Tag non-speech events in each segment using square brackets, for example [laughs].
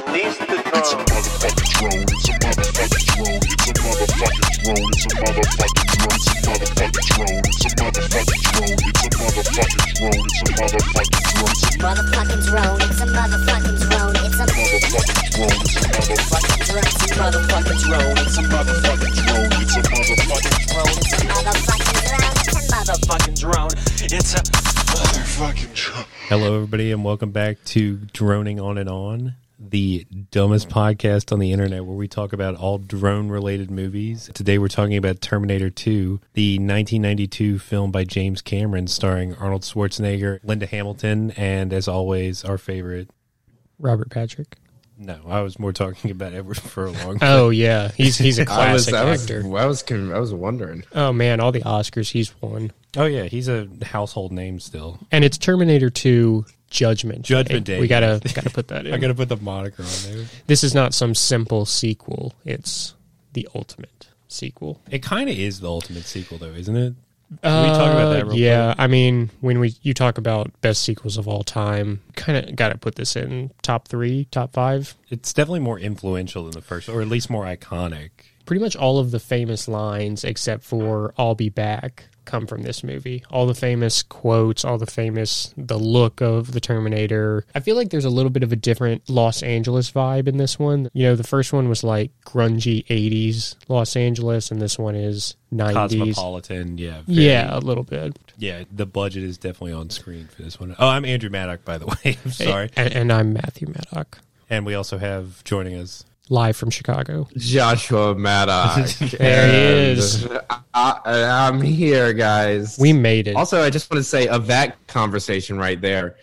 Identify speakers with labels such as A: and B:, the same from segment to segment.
A: It's a motherfucking drone. It's a motherfucking drone. It's a motherfucking drone. It's a motherfucking drone. It's a motherfucking drone. It's a motherfucking drone. It's a motherfucking drone. It's a motherfucking drone. It's a
B: Motherfucking drone, it's a motherfucking drone,
A: motherfucking drone.
B: it's a
A: It's a motherfucking
B: drone, it's a
A: motherfucking drone. It's a motherfucking drone. It's a motherfucking
B: drone,
C: Motherfucking
B: it's a motherfucking drone, it's a mother.
C: drone. It's a
A: motherfucking drone.
D: Hello, everybody, and welcome back to Droning On and On, the dumbest podcast on the internet where we talk about all drone related movies. Today, we're talking about Terminator 2, the 1992 film by James Cameron, starring Arnold Schwarzenegger, Linda Hamilton, and as always, our favorite.
E: Robert Patrick.
D: No, I was more talking about Edward Furlong.
E: Oh yeah, he's he's a
F: [laughs] I was,
E: classic
F: I was,
E: actor.
F: I was, con- I was wondering.
E: Oh man, all the Oscars he's won,
D: oh, yeah, he's a household name still.
E: and it's Terminator Two Judgment.
D: Judgment Day. [laughs]
E: We gotta gotta put that in.
D: I got to put the moniker on there.
E: This is not some simple sequel. It's the ultimate sequel.
D: It kind of is the ultimate sequel, though, isn't it? Can we talk about that
E: Uh,
D: real
E: yeah, I mean, when we you talk about best sequels of all time, kind of got to put this in top three, top five.
D: It's definitely more influential than the first, or at least more iconic.
E: Pretty much all of the famous lines, except for "I'll be back," come from this movie. All the famous quotes, all the famous the look of the Terminator. I feel like there's a little bit of a different Los Angeles vibe in this one. You know, the first one was like grungy '80s Los Angeles, and this one is '90s.
D: Cosmopolitan, yeah. very-
E: Yeah, a little bit.
D: Yeah, the budget is definitely on screen for this one. Oh, I'm Andrew Maddock, by the [laughs] way. I'm sorry.
E: And, and I'm Matthew Maddock,
D: And we also have joining us.
E: live from Chicago.
F: Joshua Maddock.
E: [laughs] There he
F: And uh,
E: is.
F: I, I'm here, guys.
E: We made it.
F: also, I just want to say of that conversation right there,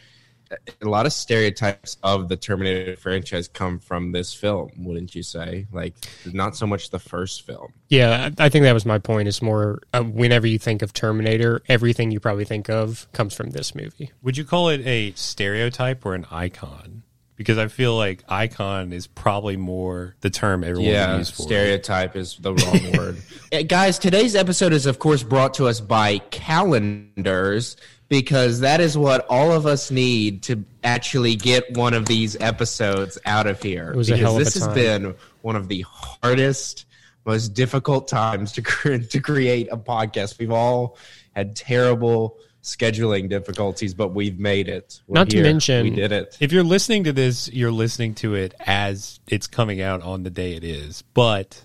F: a lot of stereotypes of the Terminator franchise come from this film, wouldn't you say? Like, not so much the first film.
E: yeah, I I think that was my point. Is more uh, whenever you think of Terminator, everything you probably think of comes from this movie.
D: Would you call it a stereotype or an icon? Because I feel like icon is probably more the term everyone
F: Yeah,
D: uses for. it.
F: stereotype is
E: [laughs]
F: the wrong word. Uh, Guys, today's episode is, of course, brought to us by calendars because that is what all of us need to actually get one of these episodes out of here.
E: It was a
F: because
E: hell of a
F: this
E: time.
F: has been one of the hardest, most difficult times to, [laughs] cre- to create a podcast. We've all had terrible scheduling difficulties, but we've made it. We're
E: Not to
F: here.
E: mention-
F: we did it.
D: If you're listening to this, you're listening to it as it's coming out on the day it is. But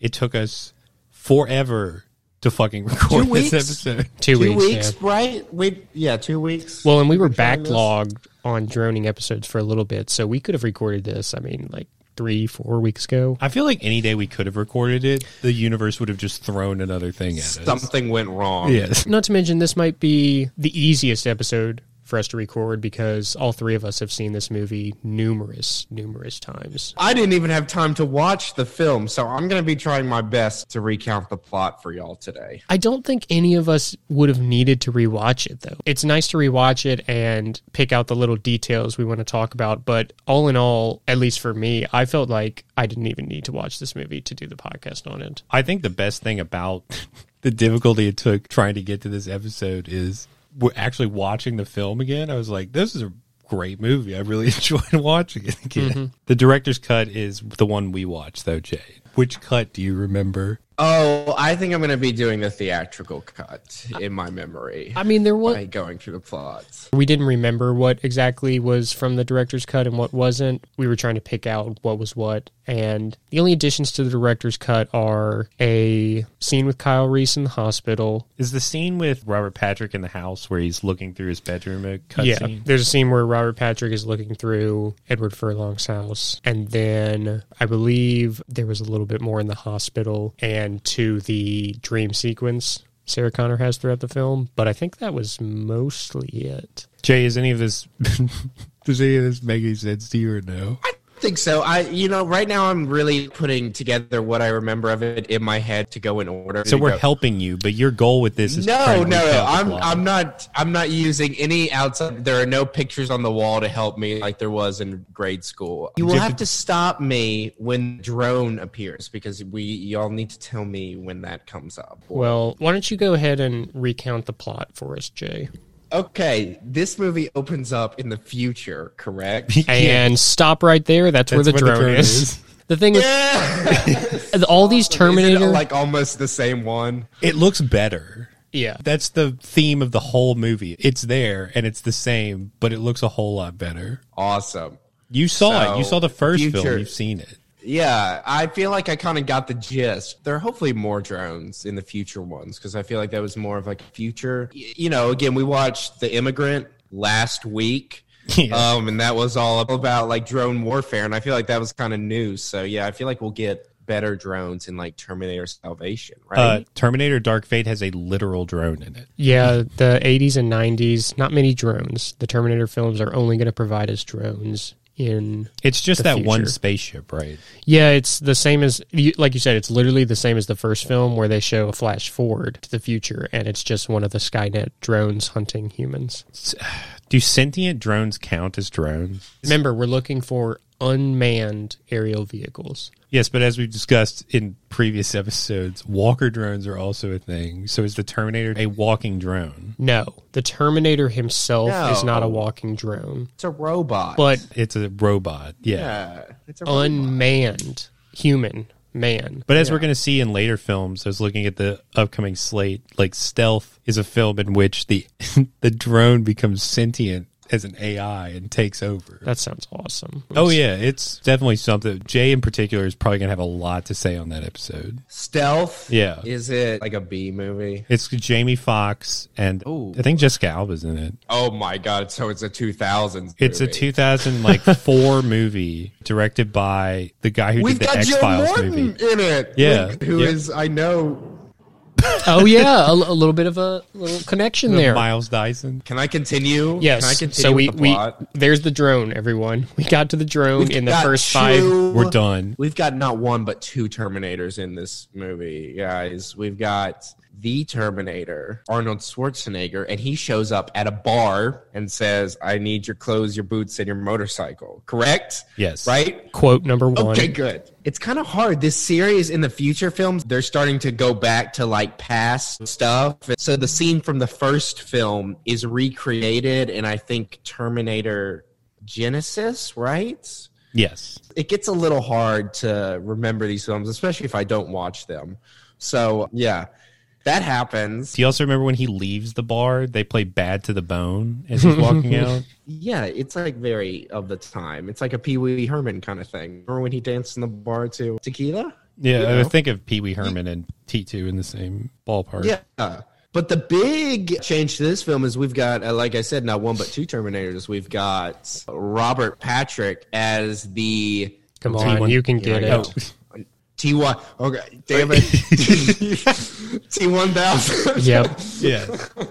D: it took us forever to fucking [laughs] record
F: weeks?
D: this episode.
E: Two,
F: Two
E: weeks.
F: weeks,
E: yeah.
F: right? We yeah, two weeks.
E: Well, and we were
F: Trying this?
E: backlogged on droning episodes for a little bit, so we could have recorded this. I mean, like three, four weeks ago.
D: I feel like any day we could have recorded it, the universe would have just thrown another thing at us.
F: something went wrong.
D: Yes.
E: Not to mention, this might be the easiest episode for us to record because all three of us have seen this movie numerous, numerous times.
F: I didn't even have time to watch the film, so I'm going to be trying my best to recount the plot for y'all today.
E: I don't think any of us would have needed to rewatch it though. It's nice to rewatch it and pick out the little details we want to talk about, but all in all, at least for me, I felt like I didn't even need to watch this movie to do the podcast on it.
D: I think the best thing about [laughs] the difficulty it took trying to get to this episode is we're actually watching the film again. I was like, this is a great movie. I really [laughs] enjoyed watching it again. The director's cut is the one we watched, though, Jay. Which cut do you remember?
F: Oh, I think I'm going to be doing the theatrical cut in my memory
E: I mean, there was
F: by going through the plot.
E: we didn't remember what exactly was from the director's cut and what wasn't. We were trying to pick out what was what, and the only additions to the director's cut are a scene with Kyle Reese in the hospital,
D: Is the scene with Robert Patrick in the house where he's looking through his bedroom a cut
E: yeah,
D: scene?
E: there's a scene where Robert Patrick is looking through Edward Furlong's house, and then I believe there was a little bit more in the hospital and to the dream sequence Sarah Connor has throughout the film. But I think that was mostly it.
D: Jay, is any of this [laughs] does any of this make any sense to you or no?
F: I think so. I, you know, right now I'm really putting together what I remember of it in my head to go in order.
D: So
F: to
D: we're
F: go-
D: helping you, but your goal with this is
F: No,
D: trying
F: no,
D: to recount
F: no.
D: the
F: I'm,
D: plot.
F: I'm not. I'm not using any outside. There are no pictures on the wall to help me, like there was in grade school. You will have to stop me when drone appears because we y'all need to tell me when that comes up.
E: Well, why don't you go ahead and recount the plot for us, Jay?
F: Okay, this movie opens up in the future, [laughs] correct?
E: and stop right there. That's, where the
D: That's
E: drone, is. [laughs] The thing is, all these
F: Is it,
E: Terminator,
F: like almost the same one.
D: It looks better.
E: yeah,
D: That's the theme of the whole movie. It's there and it's the same, but it looks a whole lot better.
F: Awesome.
D: You saw it. You
F: So,
D: saw the first film.
F: future-
D: You've seen it.
F: Yeah, I feel like I kind of got the gist. There are hopefully more drones in the future ones because I feel like that was more of like a future. Y- You know, again, we watched The Immigrant last week.
D: Yeah.
F: Um, and that was all about like drone warfare, and I feel like that was kind of new. So yeah, I feel like we'll get better drones in like Terminator Salvation, right?
D: Uh, Terminator Dark Fate has a literal drone in it.
E: yeah, the '80s and '90s. Not many drones. The Terminator films are only going to provide us drones in
D: It's just
E: The
D: that one
E: future.
D: spaceship, right?
E: Yeah, it's the same as, you- like you said, it's literally the same as the first film where they show a flash forward to the future and it's just one of the Skynet drones hunting humans.
D: Do sentient drones count as drones?
E: Remember, we're looking for unmanned aerial vehicles.
D: Yes, but as we've discussed in previous episodes, walker drones are also a thing. So is the Terminator a walking drone?
E: No, the Terminator himself
F: No.
E: is not a walking drone,
F: it's a robot,
E: but
D: It's a robot. Yeah.
F: yeah, it's a robot.
E: unmanned human man.
D: But as we're going to see in later films, I was looking at the upcoming slate. Like Stealth is a film in which the [laughs] the drone becomes sentient as an AI and takes over.
E: That sounds awesome.
D: Oh yeah, it's definitely something. Jay in particular is probably gonna have a lot to say on that episode.
F: stealth.
D: Yeah.
F: is it like a B movie?
D: It's Jamie Foxx and I think Jessica Alba's in it.
F: Oh my god! So it's a two thousands.
D: It's a 2000
F: [laughs]
D: like four movie directed by the guy who
F: We've
D: did the
F: got
D: X
F: Joe
D: Files
F: Morton
D: movie.
F: in it.
D: Yeah.
F: Like, who is
D: Yep.
F: I know.
E: [laughs] Oh yeah, a, l- a little bit of a little connection there.
D: Miles Dyson.
F: Can I continue?
E: Yes.
F: Can I continue
E: so we,
F: with the plot?
E: we there's the drone, everyone. [laughs] We got to the drone in the
F: Got
E: first
F: two-
E: five.
D: We're done.
F: We've got not one but two Terminators in this movie, guys. We've got the Terminator, Arnold Schwarzenegger, and he shows up at a bar and says, "I need your clothes, your boots, and your motorcycle." Correct?
D: Yes.
F: Right.
E: Quote number one.
F: Okay, good. It's kind of hard. This series in the future films, they're starting to go back to like past stuff. So the scene from the first film is recreated, and I think Terminator Genesis, right?
D: Yes.
F: It gets a little hard to remember these films, especially if I don't watch them. So yeah, that happens.
D: Do you also remember when he leaves the bar? They play "Bad to the Bone" as he's walking out.
F: Yeah, it's like very of the time. It's like a Pee Wee Herman kind of thing. Remember when he danced in the bar to Tequila?
D: Yeah,
F: You know.
D: I think of Pee Wee Herman and T2 in the same ballpark.
F: Yeah. But the big change to this film is we've got, uh, like I said, not one but two Terminators. We've got Robert Patrick as the
E: Come on,
D: T1.
E: you can get
F: Yeah, I
E: it.
F: know. T1. Okay, damn it. T1000.
E: Yep.
D: [laughs] yeah.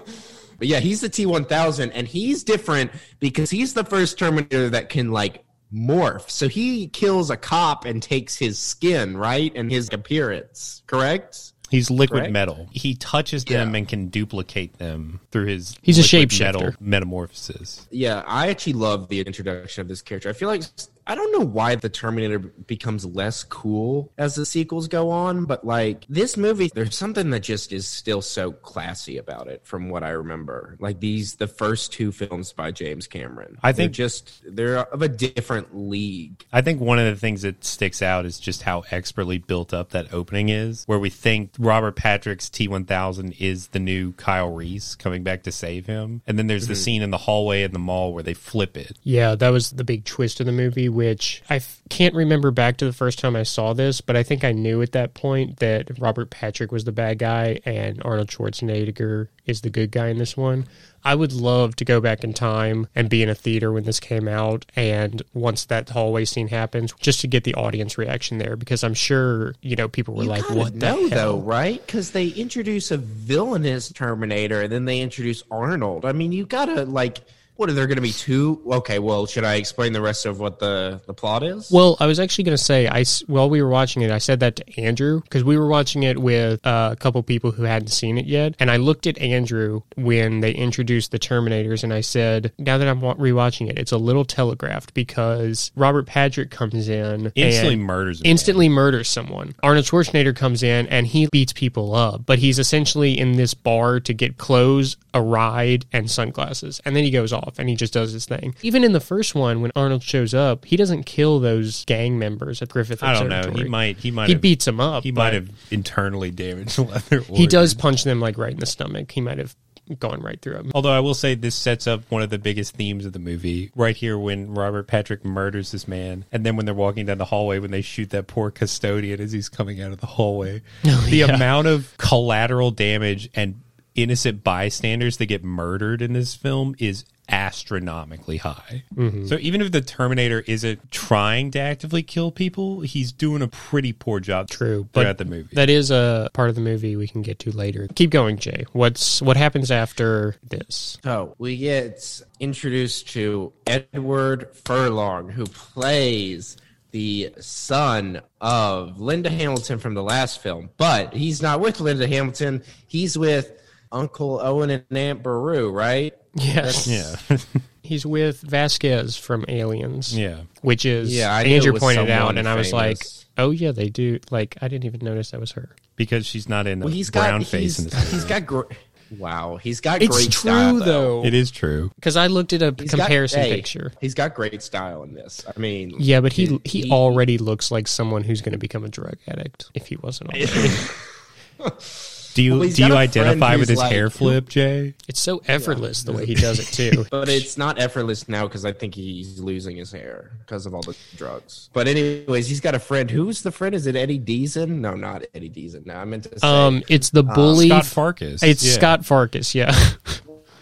F: But [laughs] yeah, he's the T1000, and he's different because he's the first Terminator that can, like, morph. So he kills a cop and takes his skin, right? And his appearance, correct?
D: He's liquid
F: Correct?
D: metal. He touches them
F: Yeah.
D: and can duplicate them through his.
E: He's a
D: liquid
E: shapeshifter.
D: metal metamorphosis.
F: Yeah, I actually love the introduction of this character. I feel like I don't know why the Terminator becomes less cool as the sequels go on, but like this movie, there's something that just is still so classy about it, from what I remember. Like these, the first two films by James Cameron,
D: I think-
F: they're just they're of a different league.
D: I think one of the things that sticks out is just how expertly built up that opening is, where we think Robert Patrick's T1000 is the new Kyle Reese coming back to save him. And then there's the scene in the hallway in the mall where they flip it.
E: Yeah, that was the big twist of the movie, which I f- can't remember back to the first time I saw this, but I think I knew at that point that Robert Patrick was the bad guy and Arnold Schwarzenegger is the good guy in this one. I would love to go back in time and be in a theater when this came out, and once that hallway scene happens, just to get the audience reaction there, because I'm sure you know people were like,
F: Kinda
E: "What the hell?"
F: know though, right? Because they introduce a villainous Terminator, and then they introduce Arnold. I mean, you gotta like What are there going to be two? Okay, well, should I explain the rest of what the the plot is?
E: Well, I was actually going to say, I s- while we were watching it, I said that to Andrew because we were watching it with uh, a couple people who hadn't seen it yet, and I looked at Andrew when they introduced the Terminators, and I said, now that I'm wa- rewatching it, it's a little telegraphed because Robert Patrick comes in
D: Instantly
E: and-
D: murders a man.
E: instantly murders someone. Arnold Schwarzenegger comes in and he beats people up, but he's essentially in this bar to get clothes, a ride, and sunglasses. And then he goes off and he just does his thing. Even in the first one, when Arnold shows up, he doesn't kill those gang members at Griffith
D: I don't
E: Observatory.
D: know. He might. He might.
E: He
D: have,
E: beats them up.
D: He
E: but
D: might have internally damaged [laughs] leather.
E: He does punch them like right in the stomach. He might have gone right through them.
D: Although I will say this sets up one of the biggest themes of the movie right here when Robert Patrick murders this man, and then when they're walking down the hallway when they shoot that poor custodian as he's coming out of the hallway. the
E: Oh, yeah.
D: amount of collateral damage and innocent bystanders that get murdered in this film is astronomically high.
E: Mm-hmm.
D: So even if the Terminator isn't trying to actively kill people, he's doing a pretty poor job.
E: True, but
D: throughout the movie.
E: that is a part of the movie we can get to later. Keep going, Jay. What's what happens after this?
F: So we get introduced to Edward Furlong, who plays the son of Linda Hamilton from the last film, but he's not with Linda Hamilton. He's with Uncle Owen and Aunt Beru, right?
E: Yes.
F: [laughs]
D: yeah.
E: He's with Vasquez from Aliens.
D: Yeah.
E: Which is
F: Yeah, I knew it
E: Andrew
F: was
E: pointed out
F: someone
E: and I was like,
F: famous.
E: Oh yeah, they do like I didn't even notice that was her.
D: because she's not in a
F: Well, he's got
D: brown face
F: he's-
D: in this movie.
F: he's got gr- wow, he's got
E: It's
F: great
E: true
F: style,
E: though.
F: [laughs]
D: It is true.
E: Because I looked at a
F: He's got-
E: comparison
F: hey,
E: picture.
F: He's got great style in this. I mean,
E: Yeah, but he he already looks like someone who's gonna become a drug addict if he wasn't already.
D: Do you
F: Well, he's
D: do you
F: got a
D: identify
F: friend
D: with
F: who's
D: his hair
F: like-
D: flip, Jay?
E: it's so effortless the way he does it too.
F: But it's not effortless now because I think he's losing his hair because of all the drugs. But anyways, he's got a friend. Who's the friend? Is it Eddie Deason? No, not Eddie Deason. No, I meant to say.
E: um it's the bully
D: Scott Farkas.
E: it's
D: Yeah.
E: Scott Farkas, yeah.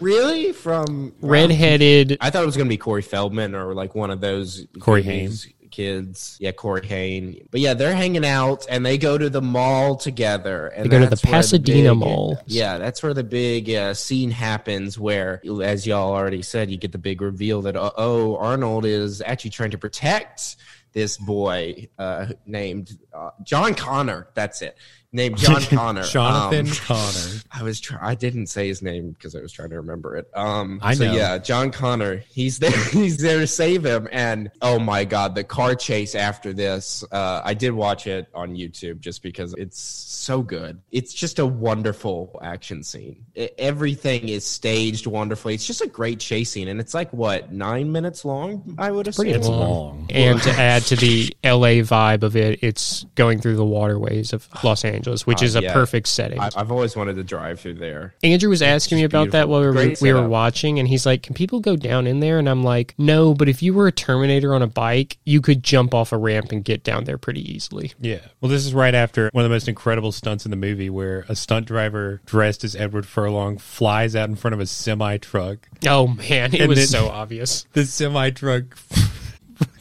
F: really from
E: Redheaded
F: I thought it was going to be Corey Feldman or like one of those
D: Corey
F: Haynes kids. Yeah, Corey Haim. But yeah, they're hanging out and they go to the mall together. And
E: They go to the
F: that's where
E: Pasadena
F: big-
E: Mall.
F: Yeah, that's where the big uh, scene happens. Where, as y'all already said, you get the big reveal that uh, oh, Arnold is actually trying to protect this boy uh, named uh, John Connor. That's it. Named
E: [laughs]
F: [laughs] John Connor.
D: Jonathan
F: Um,
D: Connor.
F: [laughs] I was try- I didn't say his name because I was trying to remember it. Um,
D: I
F: so
D: know.
F: yeah, John Connor. He's there. [laughs] He's there to save him. And oh my god, the car chase after this. Uh, I did watch it on YouTube just because it's so good. It's just a wonderful action scene. E- everything is staged wonderfully. It's just a great chase scene, and it's like what nine minutes long. I would assume.
D: It's long.
E: And to add to the LA vibe of it, it's going through the waterways of Los Angeles, which is a
F: yeah.
E: perfect setting.
F: I- I've always wanted to drive through there.
E: Andrew was asking me about that while we were,
F: Great
E: we were
F: setup.
E: watching, and he's like, Can people go down in there? And I'm like, No, but if you were a Terminator on a bike, you could jump off a ramp and get down there pretty easily.
D: Yeah. Well, this is right after one of the most incredible stunts in the movie where a stunt driver dressed as Edward Furlong flies out in front of a semi truck.
E: Oh, man, it
D: And
E: was
D: then-
E: so obvious.
D: The semi truck [laughs]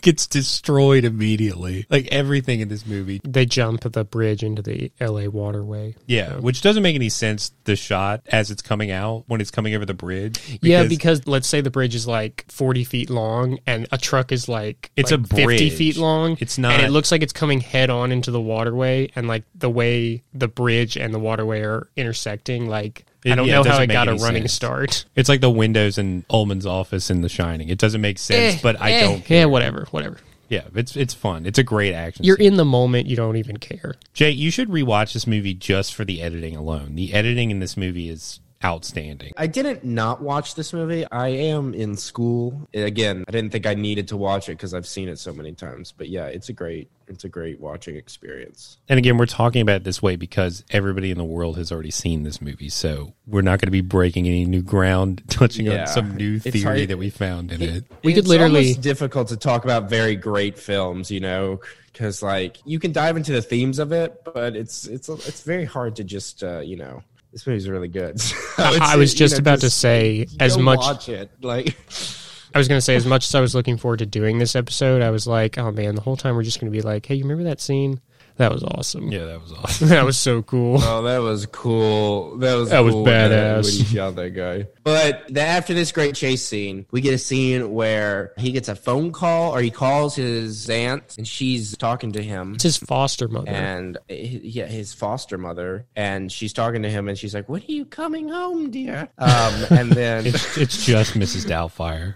D: gets destroyed immediately. Like everything in this movie
E: They jump the bridge into the LA waterway.
D: Yeah, which doesn't make any sense. The shot as it's coming out when it's coming over the bridge.
E: yeah, because let's say the bridge is like 40 feet long and a truck is like
D: It's
E: like
D: a
E: 50
D: bridge.
E: feet long.
D: It's
E: And it
D: not-
E: looks like it's coming head on into the waterway and like the way the bridge and the waterway are intersecting. Like, I
D: It-
E: don't
D: yeah, it
E: know how
D: doesn't
E: it
D: make
E: got a
D: any
E: running
D: sense. [laughs]
E: start.
D: it's like the windows in Ullman's office in The Shining. It doesn't make sense, but I don't.
E: Eh, Yeah, whatever, whatever.
D: Yeah, it's it's fun. It's a great action.
E: You're
D: scene.
E: in the moment. You don't even care.
D: Jay. You should rewatch this movie just for the editing alone. The editing in this movie is outstanding.
F: I didn't not watch this movie. I am in school again. I didn't think I needed to watch it because I've seen it so many times. But yeah, it's a great, it's a great watching experience.
D: And again, we're talking about it this way because everybody in the world has already seen this movie, so we're not going to be breaking any new ground, [laughs] touching
F: Yeah.
D: on some new
F: It's
D: theory
F: hard-
D: that we found in it.
E: We could
F: It's
E: literally-
F: almost difficult to talk about very great films, you know, because like you can dive into the themes of it, but it's it's it's very hard to just uh, you know. This movie's really good. [laughs] So it's,
E: I was
F: you
E: just
F: know,
E: about to say as
F: go
E: much.
F: watch it like.
E: I was going to say as much as I was looking forward to doing this episode. I was like, oh man, the whole time we're just going to be like, hey, you remember that scene? That was awesome.
D: Yeah, that was awesome. [laughs]
E: [laughs] That was so cool.
F: Oh, that was cool. That was
E: That was
F: cool when-
E: badass.
F: when he shot that guy. But the, after this great chase scene, we get a scene where he gets a phone call, or he calls his aunt, and she's talking to him.
E: It's his foster mother.
F: and hi- yeah, his foster mother, and she's talking to him, and she's like, "When are you coming home, dear?" Um,
E: [laughs]
F: and then,
D: It's, it's just Mrs. Doubtfire.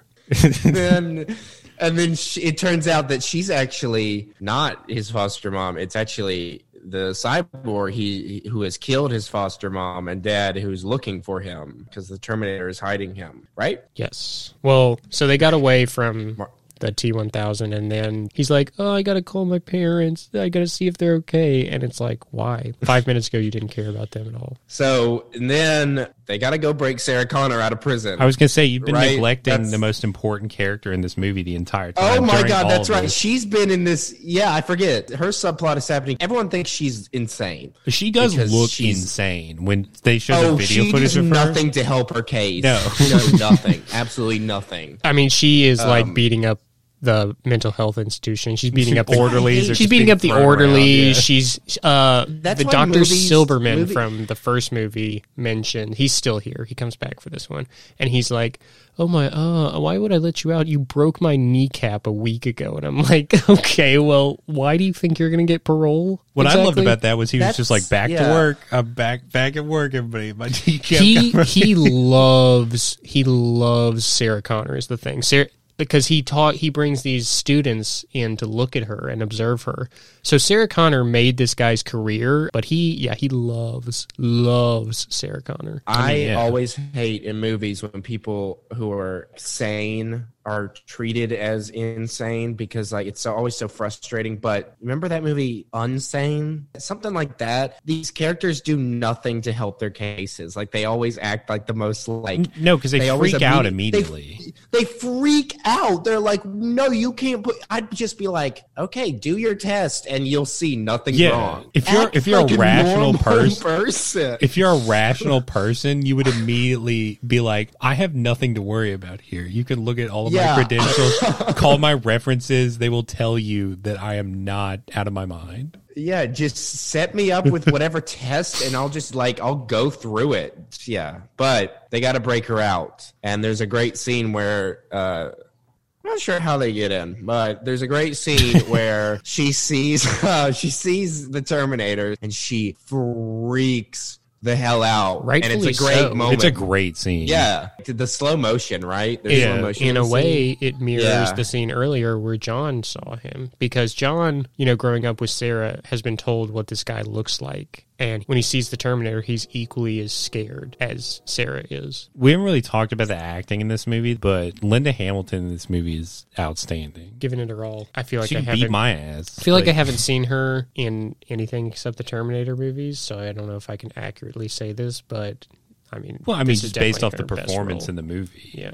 F: then, and then she, it turns out that she's actually not his foster mom. It's actually the cyborg he who has killed his foster mom and dad, who's looking for him because the Terminator is hiding him. Right?
E: Yes. Well, so they got away from the T1000 and then he's like, "Oh, I got to call my parents. I got to see if they're okay." And it's like, "Why? 5 [laughs] minutes ago you didn't care about them at all."
F: So, and then they got to go break Sarah Connor out of prison.
D: I was gonna say you've been
F: Right,
D: neglecting
F: that's-
D: the most important character in this movie the entire time.
F: Oh my
D: during
F: god,
D: all
F: that's
D: of
F: right.
D: this.
F: She's been in this. Yeah, I forget. Her subplot is happening. Everyone thinks she's insane.
D: She does
F: Because
D: look
F: she's-
D: insane when they show the
F: Oh,
D: video
F: she
D: footage
F: does
D: of her.
F: nothing to help her case.
D: No.
F: no, nothing.
D: [laughs]
F: Absolutely nothing.
E: I mean, she is
D: Um,
E: like beating up the mental health institution. She's beating up the
D: Orderlies are
E: She's
D: just
E: beating
D: being
E: up the
D: thrown around,
E: orderlies.
D: yeah.
E: She's uh,
F: That's
E: the
F: why
E: Doctor
F: movies-
E: Silberman
F: movie-
E: from the first movie mentioned. He's still here. He comes back for this one, and he's like, "Oh my, uh, why would I let you out? You broke my kneecap a week ago." And I'm like, [laughs] "Okay, well, why do you think you're going to get parole?"
D: What I loved
E: exactly?"
D: about that was he was just
F: That's-
D: like back to
F: yeah.
D: work. I'm back back at work, everybody. My [laughs] kneecap
E: he
D: got-
E: he loves he loves Sarah Connor is the thing. Sarah because he taught he brings these students in to look at her and observe her. So Sarah Connor made this guy's career, but he yeah, he loves loves Sarah Connor.
F: I
D: yeah.
F: always hate in movies when people who are sane are treated as insane because like it's so, always so frustrating. But remember that movie Unsane? Something like that. These characters do nothing to help their cases. Like they always act like the most like
D: No, because they,
F: always
D: freak out
F: immedi-
D: immediately.
F: They, they freak out. They're like, no, you can't put. I'd just be like, okay, do your test, and you'll see nothing
D: Yeah.
F: wrong.
D: If you're- if you're a rational
F: normal [laughs]
D: pers-
F: person.
D: if you're a rational person, you would immediately be like, I have nothing to worry about here. You can look at all of
F: Yeah.
D: my credentials,
F: [laughs]
D: call my references. They will tell you that I am not out of my mind.
F: yeah, just set me up with
E: [laughs]
F: whatever test, and I'll just like I'll go through it. Yeah, but they got to break her out, and there's a great scene where. uh I'm not sure how they get in, but there's a great
E: [laughs]
F: scene where she sees uh, she sees the Terminator and she freaks the hell out. and
E: Rightfully
F: it's a great
E: so.
F: moment.
D: It's a great scene.
F: yeah, the slow motion, right? There's
D: Yeah.
F: slow motion
E: in a
F: the scene.
E: way, it mirrors
F: Yeah.
E: the scene earlier where John saw him because John, you know, growing up with Sarah, has been told what this guy looks like. And when he sees the Terminator, he's equally as scared as Sarah is.
D: We haven't really talked about the acting in this movie, but Linda Hamilton in this movie is outstanding.
E: Giving it her all, I feel like
D: She
E: I
D: beat
E: haven't.
D: my ass.
E: I feel like I haven't seen her in anything except the Terminator movies, so I don't know if I can accurately say this, but I mean,
D: Well, I mean,
E: this is
D: just based
E: definitely
D: off the
E: her best
D: performance
E: role.
D: in the movie.
E: yeah,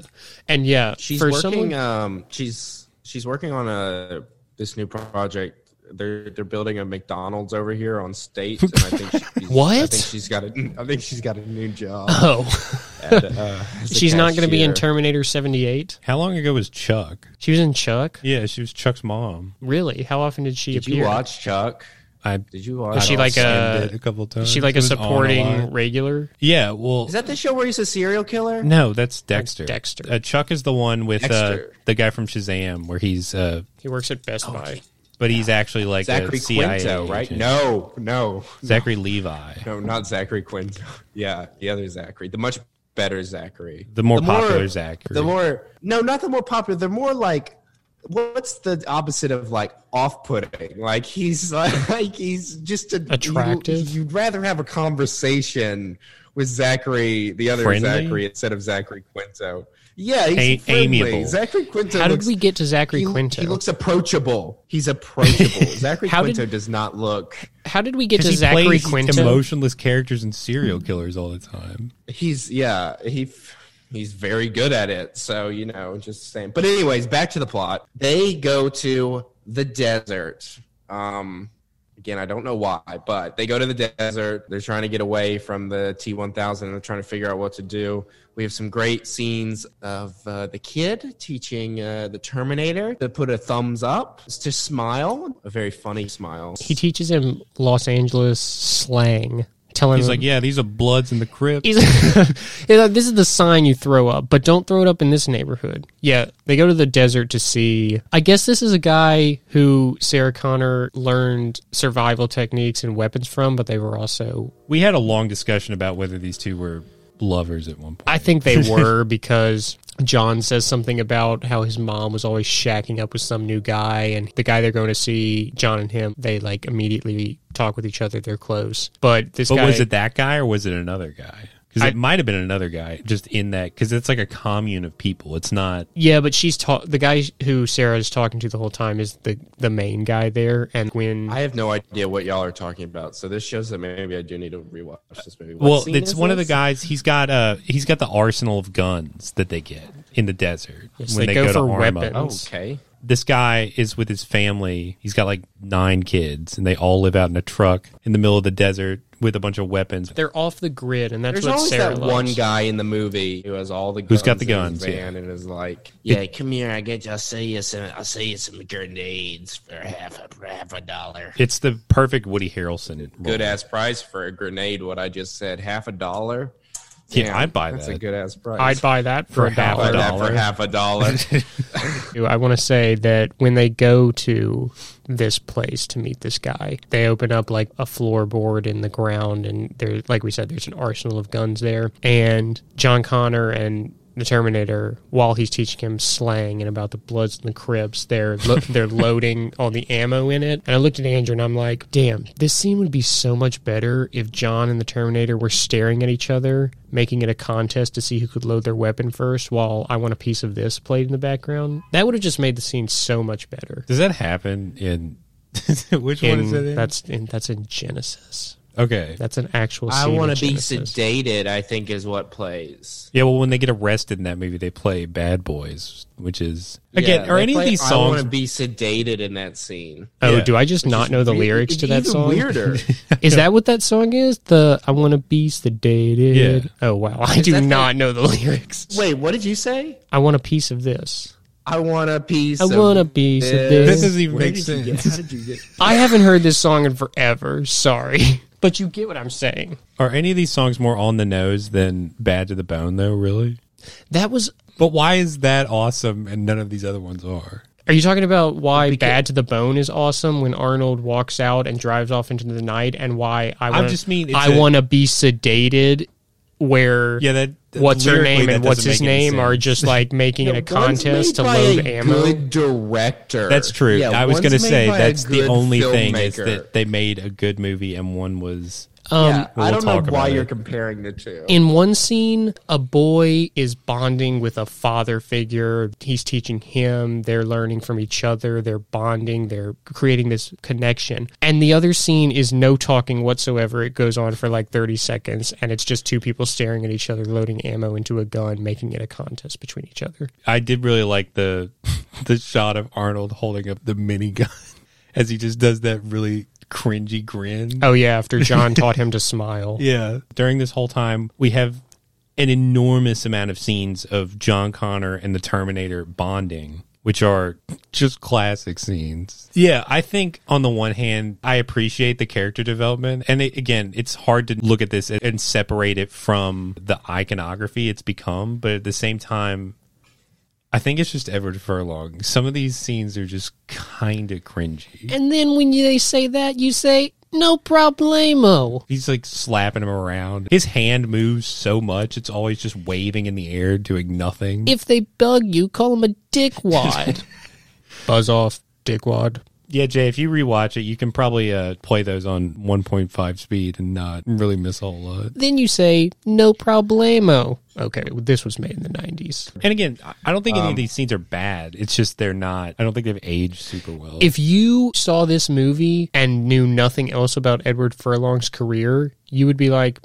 E: and yeah,
F: She's
E: for
F: working.
E: someone,
F: um, she's she's working on a this new project. They're they're building a McDonald's over here on State, and
E: [laughs]
F: I think she's, I
E: What?
F: think she's got a I think she's got a
E: [laughs]
F: new job.
E: [laughs] oh,
F: at, uh, as
E: [laughs]
F: a
E: she's not going to be in
F: cashier.
E: Terminator seventy eight.
D: How long ago was Chuck?
E: She was in Chuck.
D: Yeah, she was Chuck's mom.
E: Really? How often did she
F: Did
E: appear?
F: you watch Chuck?
D: I
F: Did you watch?
E: Was she like
D: skimmed
E: a,
D: it a couple times.
E: is she like
D: It
E: a
D: was on
E: supporting
D: lot.
E: regular?
D: Yeah, well,
F: Is that the show where he's a serial killer?
D: No, that's Dexter.
E: Dexter.
D: Uh, Chuck is the one with uh,
F: Dexter.
D: the guy from Shazam, where he's, uh,
E: He works at Best
F: Oh,
E: Buy.
D: but he's actually like
F: Zachary
D: a CIA
F: Quinto, right?
D: agent.
F: No, no,
D: Zachary Levi,
F: no, not Zachary Quinto. [laughs] Yeah, the other Zachary, the much better Zachary,
D: the more popular Zachary.
F: The more no, not the more popular. The more like what's the opposite of like off-putting? Like he's [laughs] like, he's just a,
E: Attractive?
F: You, would rather have a conversation with Zachary, the other
D: Friendly?
F: Zachary, instead of Zachary Quinto. Yeah, he's
D: A-
F: friendly.
D: amiable.
F: Zachary Quinto.
E: How
F: looks,
E: did we get to Zachary
F: he,
E: Quinto?
F: He looks approachable.
E: [laughs]
F: He's approachable. Zachary
E: How did-
F: Quinto does not look.
E: How did we get
D: 'Cause
E: to
D: he
E: Zachary
D: plays
E: Quinto?
D: emotionless characters and serial killers all the time.
F: he's yeah he he's very good at it so you know just saying but anyways back to the plot they go to the desert um Again, I don't know why, but they go to the desert. They're trying to get away from the T1000. They're trying to figure out what to do. We have some great scenes of uh, the kid teaching uh, the Terminator to put a thumbs up, to smile, a very funny smile.
E: He teaches him Los Angeles slang, telling
D: He's
E: him,
D: like, yeah, these are bloods in the crypt.
E: He's [laughs] he's like, this is the sign you throw up, but don't throw it up in this neighborhood. Yeah, they go to the desert to see. I guess this is a guy who Sarah Connor learned survival techniques and weapons from, but they were also.
D: We had a long discussion about whether these two were lovers at one point.
E: I
D: [laughs]
E: think they were because John says something about how his mom was always shacking up with some new guy, and the guy they're going to see, John and him, they like immediately talk with each other. They're close, but this
D: But
E: guy
D: was it that guy or was it another guy? Because
E: I-
D: it might have been another guy just in that, because it's like a commune of people. It's not,
E: Yeah, but she's ta- the guy who Sarah is talking to the whole time is the the main guy there, and when
F: I have no idea what y'all are talking about, so this shows that maybe I do need to rewatch this movie. What
D: well,
F: scene
D: it's
F: is
D: one of the
F: this?
D: guys, he's got uh he's got the arsenal of guns that they get in the desert
E: Yes, they go for
D: arm up.
E: weapons.
F: Oh, okay.
D: this guy is with his family. He's got like nine kids, and they all live out in a truck in the middle of the desert with a bunch of weapons.
E: they're off the grid, and that's
F: There's
E: what
F: always
E: Sarah
F: that
E: loves.
F: one guy in the movie who has all the guns
D: Who's got the
F: in his
D: guns, yeah.
F: van and is like,
G: Yeah, come here. I get you. I'll sell you some. I'll sell you some grenades for half a for half a dollar.
D: It's the perfect Woody Harrelson. role.
F: good ass price for a grenade. What I just said, half a dollar.
D: Yeah,
F: Damn,
D: I'd buy
F: That's
D: that.
F: a good ass price.
E: I'd buy that for,
D: For
E: a
D: half
E: dollar.
F: buy
D: a
F: that
D: dollar.
F: for half a
D: [laughs]
F: dollar.
E: I want to say that when they go to this place to meet this guy, they open up like a floorboard in the ground, and there, like we said, there's an arsenal of guns there. And John Connor and the Terminator, while he's teaching him slang and about the Bloods and the Crips, they're lo- [laughs] they're loading all the ammo in it. And I looked at Andrew and I'm like, "Damn, this scene would be so much better if John and the Terminator were staring at each other, making it a contest to see who could load their weapon first." While I want a piece of this played in the background, that would have just made the scene so much better.
D: Does that happen in which one
E: In-
D: is it? In?
E: that's in, that's in Genesis.
D: okay.
E: That's an actual.
F: I
E: scene in
F: want to be
E: Genesis.
F: sedated. I think is what plays.
D: Yeah, well, when they get arrested in that movie, they play Bad Boys, which is again,
F: Yeah,
D: are
F: they
D: any of
F: play
D: these
F: I want
D: songs?
F: to be sedated in that scene. E,
E: Oh,
D: Yeah.
E: do I just not know the lyrics to that
F: Even
D: [laughs]
E: song?
F: Weirder.
E: [laughs] Is that what that song is? The I want to be sedated.
D: Yeah.
E: Oh wow, I do
F: that
E: not know the [laughs] lyrics.
F: Wait, what did you say?
E: I want a piece of this.
F: I want a piece.
E: I
F: of
E: want a piece of
D: that
E: this.
D: doesn't even make sense.
F: How did you get?
E: I haven't heard this song in forever. Sorry,
D: [laughs]
E: but you get what I'm saying.
D: Are any of these songs more on the nose than Bad to the Bone, though? Really?
E: That was.
D: But why is that awesome and none of these other ones are?
E: Are you talking about why "Bad to the Bone" is awesome when Arnold walks out and drives off into the night, and why I want
D: just mean it's
E: I
D: a-
E: want to be sedated, where
D: Yeah, that-
E: what's her
D: lyrically,
E: name
D: that
E: and what's
D: doesn't
E: his
D: make any
E: name are
D: sense.
E: just
D: [laughs]
E: like making it a contest to load ammo.
F: Good director.
D: That's true.
F: Yeah,
D: I was
F: one's
D: going to
F: made
D: say
F: by a
D: that's the
F: good
D: only thing is
F: filmmaker.
D: that they made a good movie and one was.
E: Um,
F: yeah,
D: we'll
F: I don't know
D: talk
F: why
D: about
F: you're
D: it.
F: comparing the two.
E: in one scene, a boy is bonding with a father figure. He's teaching him. They're learning from each other. They're bonding. They're creating this connection. And the other scene is no talking whatsoever. It goes on for like 30 seconds, and it's just two people staring at each other, loading ammo into a gun, making it a contest between each other.
D: I did really like the [laughs] the shot of Arnold holding up the minigun [laughs] as he just does that really cringy grin.
E: Oh, yeah, after John taught him
D: [laughs]
E: to smile.
D: Yeah. During this whole time, we have an enormous amount of scenes of John Connor and the Terminator bonding, which are just classic scenes. Yeah, I think on the one hand, I appreciate the character development. And it, again, it's hard to look at this and- and separate it from the iconography it's become. But at the same time, I think it's just Edward Furlong. Some of these scenes are just kind of cringy.
E: And then when you, they say that, you say, no problemo.
D: He's like slapping him around. His hand moves so much, it's always just waving in the air, doing nothing.
E: If they bug you, call them a dickwad. Buzz off, dickwad.
D: yeah, Jay, if you rewatch it, you can probably uh, play those on 1.5 speed and not really miss a whole lot.
E: Then you say, no problemo. Okay, well, this was made in the 90s.
D: And again, I- I don't think any of these scenes are bad. It's just they're not, I don't think they've aged super well.
E: If you saw this movie and knew nothing else about Edward Furlong's career, you would be like,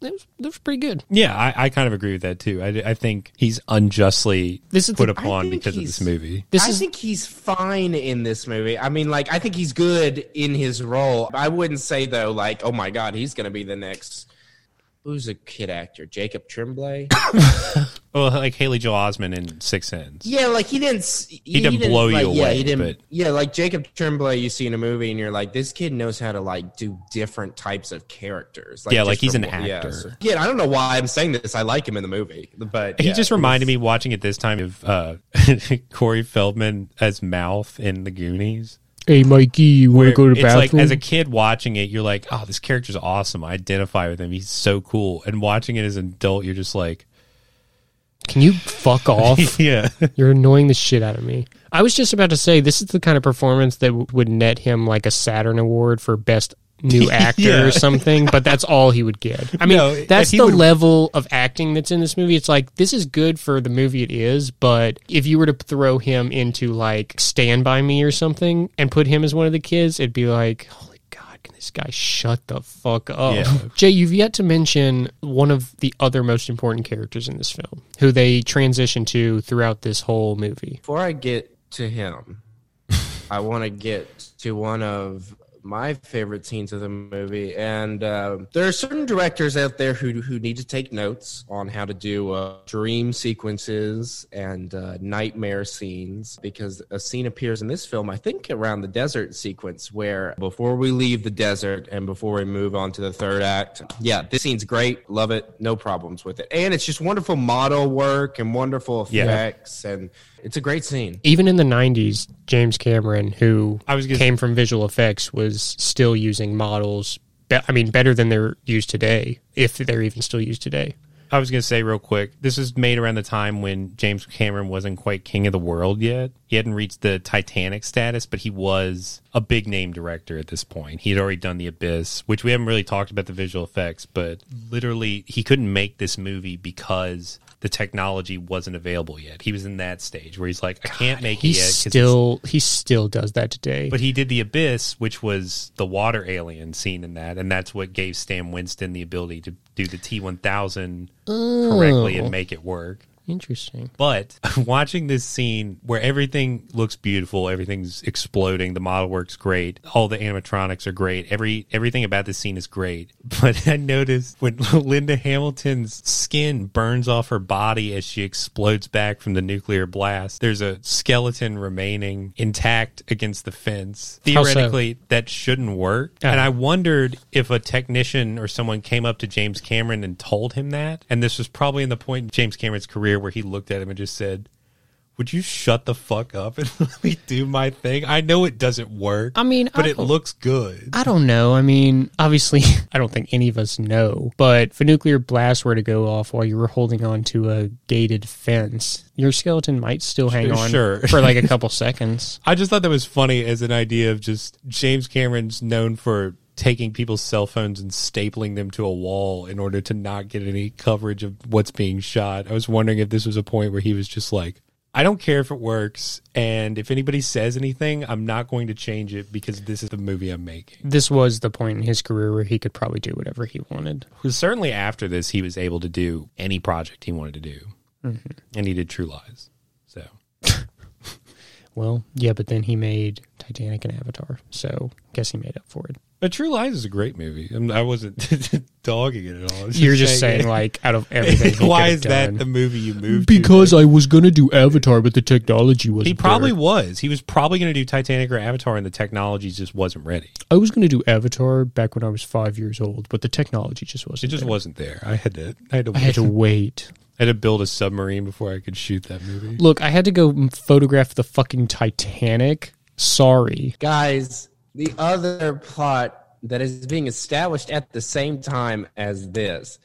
E: it was, it was pretty good.
D: Yeah, I, I kind of agree with that too. I, I think he's unjustly
E: This is
D: put
E: the- I
D: upon
F: think
D: because of
F: he's-
D: this movie.
E: This
F: I
E: is
F: think he's fine in this movie. I mean, like, I think he's good in his role. I wouldn't say though, like, oh my god, he's gonna be the next. Who's a kid actor? Jacob Tremblay.
D: Well, like Haley Joel Osment in Six Sense.
F: yeah, like he didn't. s- He,
D: didn't blow you
F: like, Yeah,
D: away,
F: he didn't.
D: but-
F: Yeah, like Jacob Tremblay, you see in a movie, and you're like, this kid knows how to like do different types of characters.
D: Yeah, like
F: just
D: he's
F: from
D: an
F: what- yeah,
D: actor.
F: so- Yeah, I don't know why I'm saying this. I like him in the movie, but
D: He
F: yeah,
D: just reminded me watching it this time of uh, [laughs] Corey Feldman as Mouth in The Goonies.
E: hey Mikey, you want to go to
D: it's
E: bathroom?
D: like as a kid watching it, you're like, "Oh, this character's awesome. I identify with him. He's so cool." And watching it as an adult, you're just like,
E: Can you fuck
D: [laughs]
E: off?
D: "Yeah,
E: You're annoying the shit out of me. I was just about to say this is the kind of performance that w- would net him like a Saturn award for best
D: [laughs]
E: new actor
D: Yeah.
E: or something, but that's all he would get. I mean,
D: No, if
E: that's
D: he
E: the
D: would-
E: level of acting that's in this movie. It's like this is good for the movie it is, but if you were to throw him into like Stand by Me or something and put him as one of the kids, it'd be like, holy god, can this guy shut the fuck up?
D: Yeah.
E: [laughs] Jay, you've yet to mention one of the other most important characters in this film, who they transition to throughout this whole movie.
F: before I get to him, I want to get to one of my favorite scenes of the movie. And uh, there are certain directors out there who, who need to take notes on how to do uh, dream sequences and uh, nightmare scenes because a scene appears in this film, I think around the desert sequence, where before we leave the desert and before we move on to the third act, yeah, this scene's great. Love it. No problems with it. And it's just wonderful model work and wonderful
D: Yeah.
F: effects. And it's a great scene.
E: Even in the 90s, James Cameron, who
D: I was gonna-
E: came from visual effects, was still using models. Be- I mean, better than they're used today, if they're even still used today.
D: I was going to say real quick, this was made around the time when James Cameron wasn't quite king of the world yet. He hadn't reached the Titanic status, but he was a big name director at this point. He had already done The Abyss, which we haven't really talked about the visual effects, but literally he couldn't make this movie because the technology wasn't available yet. He was in that stage where he's like, I can't make
E: He
D: it yet. 'cause it's-
E: still he still does that today.
D: but he did the abyss, which was the water alien scene in that, and that's what gave Stan Winston the ability to do the T one thousand correctly and make it work.
E: Interesting.
D: But [laughs] watching this scene where everything looks beautiful, everything's exploding, the model works great, all the animatronics are great, every everything about this scene is great. [laughs] But I noticed when [laughs] Linda Hamilton's skin burns off her body as she explodes back from the nuclear blast, there's a skeleton remaining intact against the fence.
E: How so?
D: Theoretically, that shouldn't work.
E: Yeah.
D: And I wondered if a technician or someone came up to James Cameron and told him that. And this was probably in the point in James Cameron's career where he looked at him and just said, Would you shut the fuck up and [laughs] let me do my thing? I know it doesn't work.
E: I mean,
D: but
E: I
D: it
E: don't-
D: looks good.
E: I don't know. I mean, obviously, [laughs] I don't think any of us know. But if a nuclear blast were to go off while you were holding on to a gated fence, your skeleton might still hang on
D: Sure.
E: for
D: [laughs]
E: like a couple seconds.
D: I just thought that was funny as an idea of just James Cameron's known for taking people's cell phones and stapling them to a wall in order to not get any coverage of what's being shot. I was wondering if this was a point where he was just like, I don't care if it works, and if anybody says anything, I'm not going to change it because this is the movie I'm making.
E: This was the point in his career where he could probably do whatever he wanted.
D: Because certainly after this, he was able to do any project he wanted to do,
E: Mm-hmm.
D: and he did True Lies. So
E: Well, yeah, but then he made Titanic and Avatar, so I guess he made up for it.
D: But True Lies is a great movie. I'm- I wasn't [laughs] dogging it at all. I was
E: You're just saying, like,
D: [laughs]
E: out of everything. he
D: Why
E: could've
D: is that
E: done.
D: the movie you moved? to?
E: I was gonna do Avatar, but the technology was
D: he probably was. He was probably going to do Titanic or Avatar, and the technology just wasn't ready.
E: I was gonna do Avatar back when I was five years old, but the technology just
D: It
E: wasn't.
D: just
E: there.
D: wasn't there. I had to. I had to.
E: I had to wait.
D: I had to build a submarine before I could shoot that movie.
E: Look, I had to go m- photograph the fucking Titanic. Sorry.
F: Guys, the other plot that is being established at the same time as this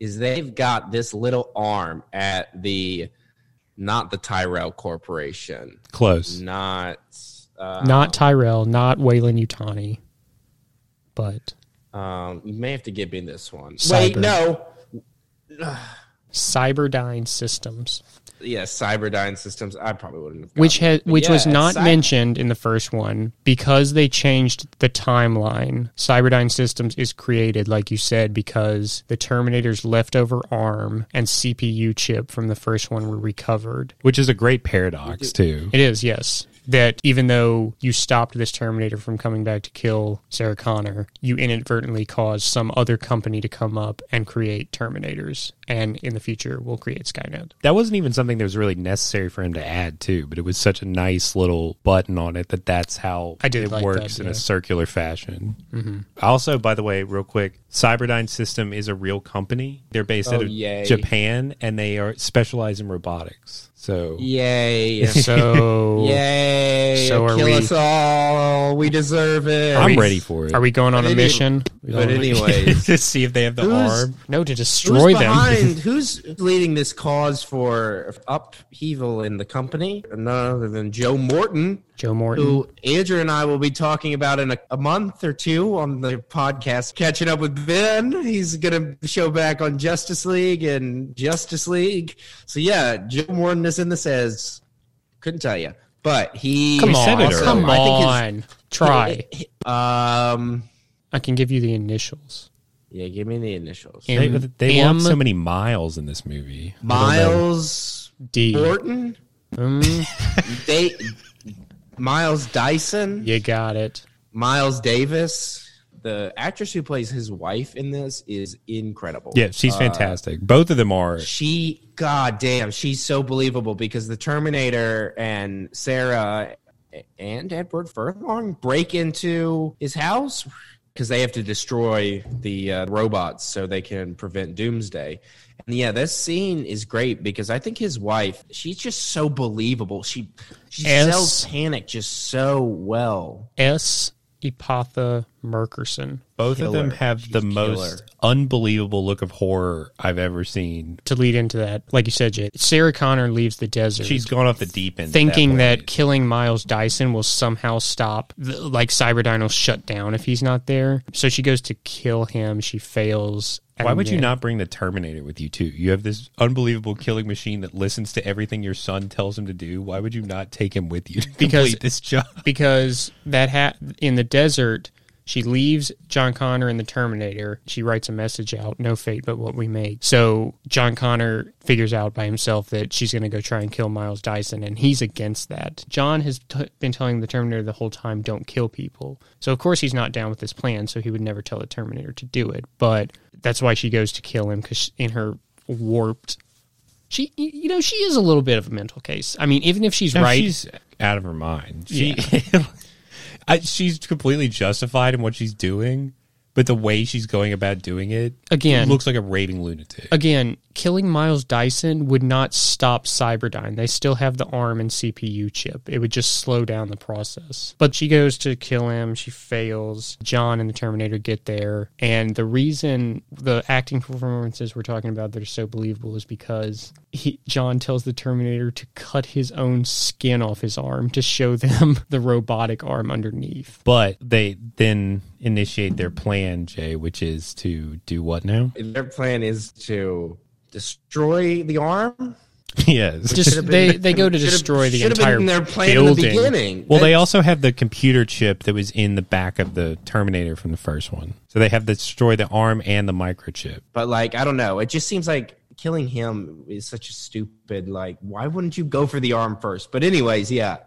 F: is they've got this little arm at the not the Tyrell Corporation,
D: Close.
F: not uh,
E: Not Tyrell, not Waylon Utani, but
F: um, you may have to give me this one.
E: Cyber.
F: Wait, no.
E: Cyberdyne Systems.
F: yeah, Cyberdyne Systems. I probably wouldn't have.
E: which
F: gotten
E: had
F: it. But
E: which was
F: yeah,
E: not
F: Cy-
E: mentioned in the first one because they changed the timeline. Cyberdyne Systems is created, like you said, because the Terminator's leftover arm and CPU chip from the first one were recovered.
D: which is a great paradox too.
E: It is yes. That even though you stopped this Terminator from coming back to kill Sarah Connor, you inadvertently caused some other company to come up and create Terminators, and in the future will create Skynet.
D: That wasn't even something that was really necessary for him to add too, but it was such a nice little button on it that that's how
E: I did
D: it
E: like
D: works
E: that,
D: in
E: yeah. Mm-hmm.
D: a circular fashion. Also, by the way, real quick, Cyberdyne System is a real company. They're based out
F: Oh,
D: of
F: yay.
D: Japan and they are specialize in robotics. So
E: [laughs]
F: Yay!
E: So
F: Yay!
E: So are
F: kill
E: we-
F: us all. We deserve it.
D: I'm ready for it.
E: Are we going on a
F: But
E: mission? [laughs]
F: But [laughs] anyways,
E: to see if they have the
F: Who's-
E: arm. No, to destroy them. [laughs]
F: who's behind? who's leading this cause for upheaval in the company? None other than Joe Morton.
E: Joe Morton.
F: who Andrew and I will be talking about in a, a month or two on the podcast. Catching up with Ben. He's going to show back on Justice League and Justice League. So, yeah, Joe Morton is in this as couldn't tell you. But he.
E: come on,
D: earlier.
E: come
F: I think his-
E: on. Try.
F: Um,
E: I can give you the initials.
F: yeah, give me the initials.
D: they,
E: M-
D: they
E: M-
D: walk so many miles in this movie.
F: Miles
E: D.
F: Morton.
E: Mm,
F: [laughs] They, Miles Dyson.
E: you got it.
F: Miles Davis. The actress who plays his wife in this is incredible.
D: Yeah, she's
E: Uh,
D: fantastic. Both of them are.
F: she god damn she's so believable because the terminator and sarah and edward furlong break into his house because they have to destroy the uh, robots so they can prevent doomsday and yeah this scene is great because i think his wife she's just so believable she she
E: Yes.
F: sells panic just so well
E: S. Epatha Merkerson.
D: Both of them
F: killer.
D: have the most
F: killer.
D: unbelievable look of horror I've ever seen.
E: To lead into that, like you said, Jay, Sarah Connor leaves the desert.
D: She's gone off the deep end. at
E: thinking that,
D: point.
E: killing Miles Dyson will somehow stop, the, like Cyberdyne will shut down if he's not there. So she goes to kill him. She fails.
D: Why
E: and
D: would you
E: then-
D: not bring the Terminator with you too? You have this unbelievable killing machine that listens to everything your son tells him to do. Why would you not take him with you to
E: Because-
D: complete this job?
E: because that ha- in the desert she leaves John Connor and the Terminator. She writes a message out, no fate but what we make. So John Connor figures out by himself that she's going to go try and kill Miles Dyson, and he's against that. John has t- been telling the Terminator the whole time, don't kill people. So, of course, he's not down with this plan, so he would never tell the Terminator to do it. But that's why she goes to kill him, because in her warped. She, you you know, she is a little bit of a mental case. I mean, even if she's
D: No,
E: right,
D: She's out of her mind. She, [laughs] I, she's completely justified in what she's doing, but the way she's going about doing it
E: Again.
D: looks like a raving lunatic.
E: again, killing Miles Dyson would not stop Cyberdyne. They still have the arm and CPU chip. It would just slow down the process. But she goes to kill him. She fails. John and the Terminator get there. And the reason the acting performances we're talking about that are so believable is because he, John tells the Terminator to cut his own skin off his arm to show them [laughs] the robotic arm underneath.
D: But they then initiate their plan, Jay, which is to do what now? [laughs]
F: their plan is to destroy the arm
D: yes.
E: Just, they, they go to destroy the
F: Should've
E: entire
F: been their plan in
E: building.
F: the beginning
D: well,
F: That-
D: they also have the computer chip that was in the back of the Terminator from the first one. So they have to destroy the arm and the microchip.
F: But like, I don't know. It just seems like killing him is such a stupid. Like, why wouldn't you go for the arm first? But anyways, yeah,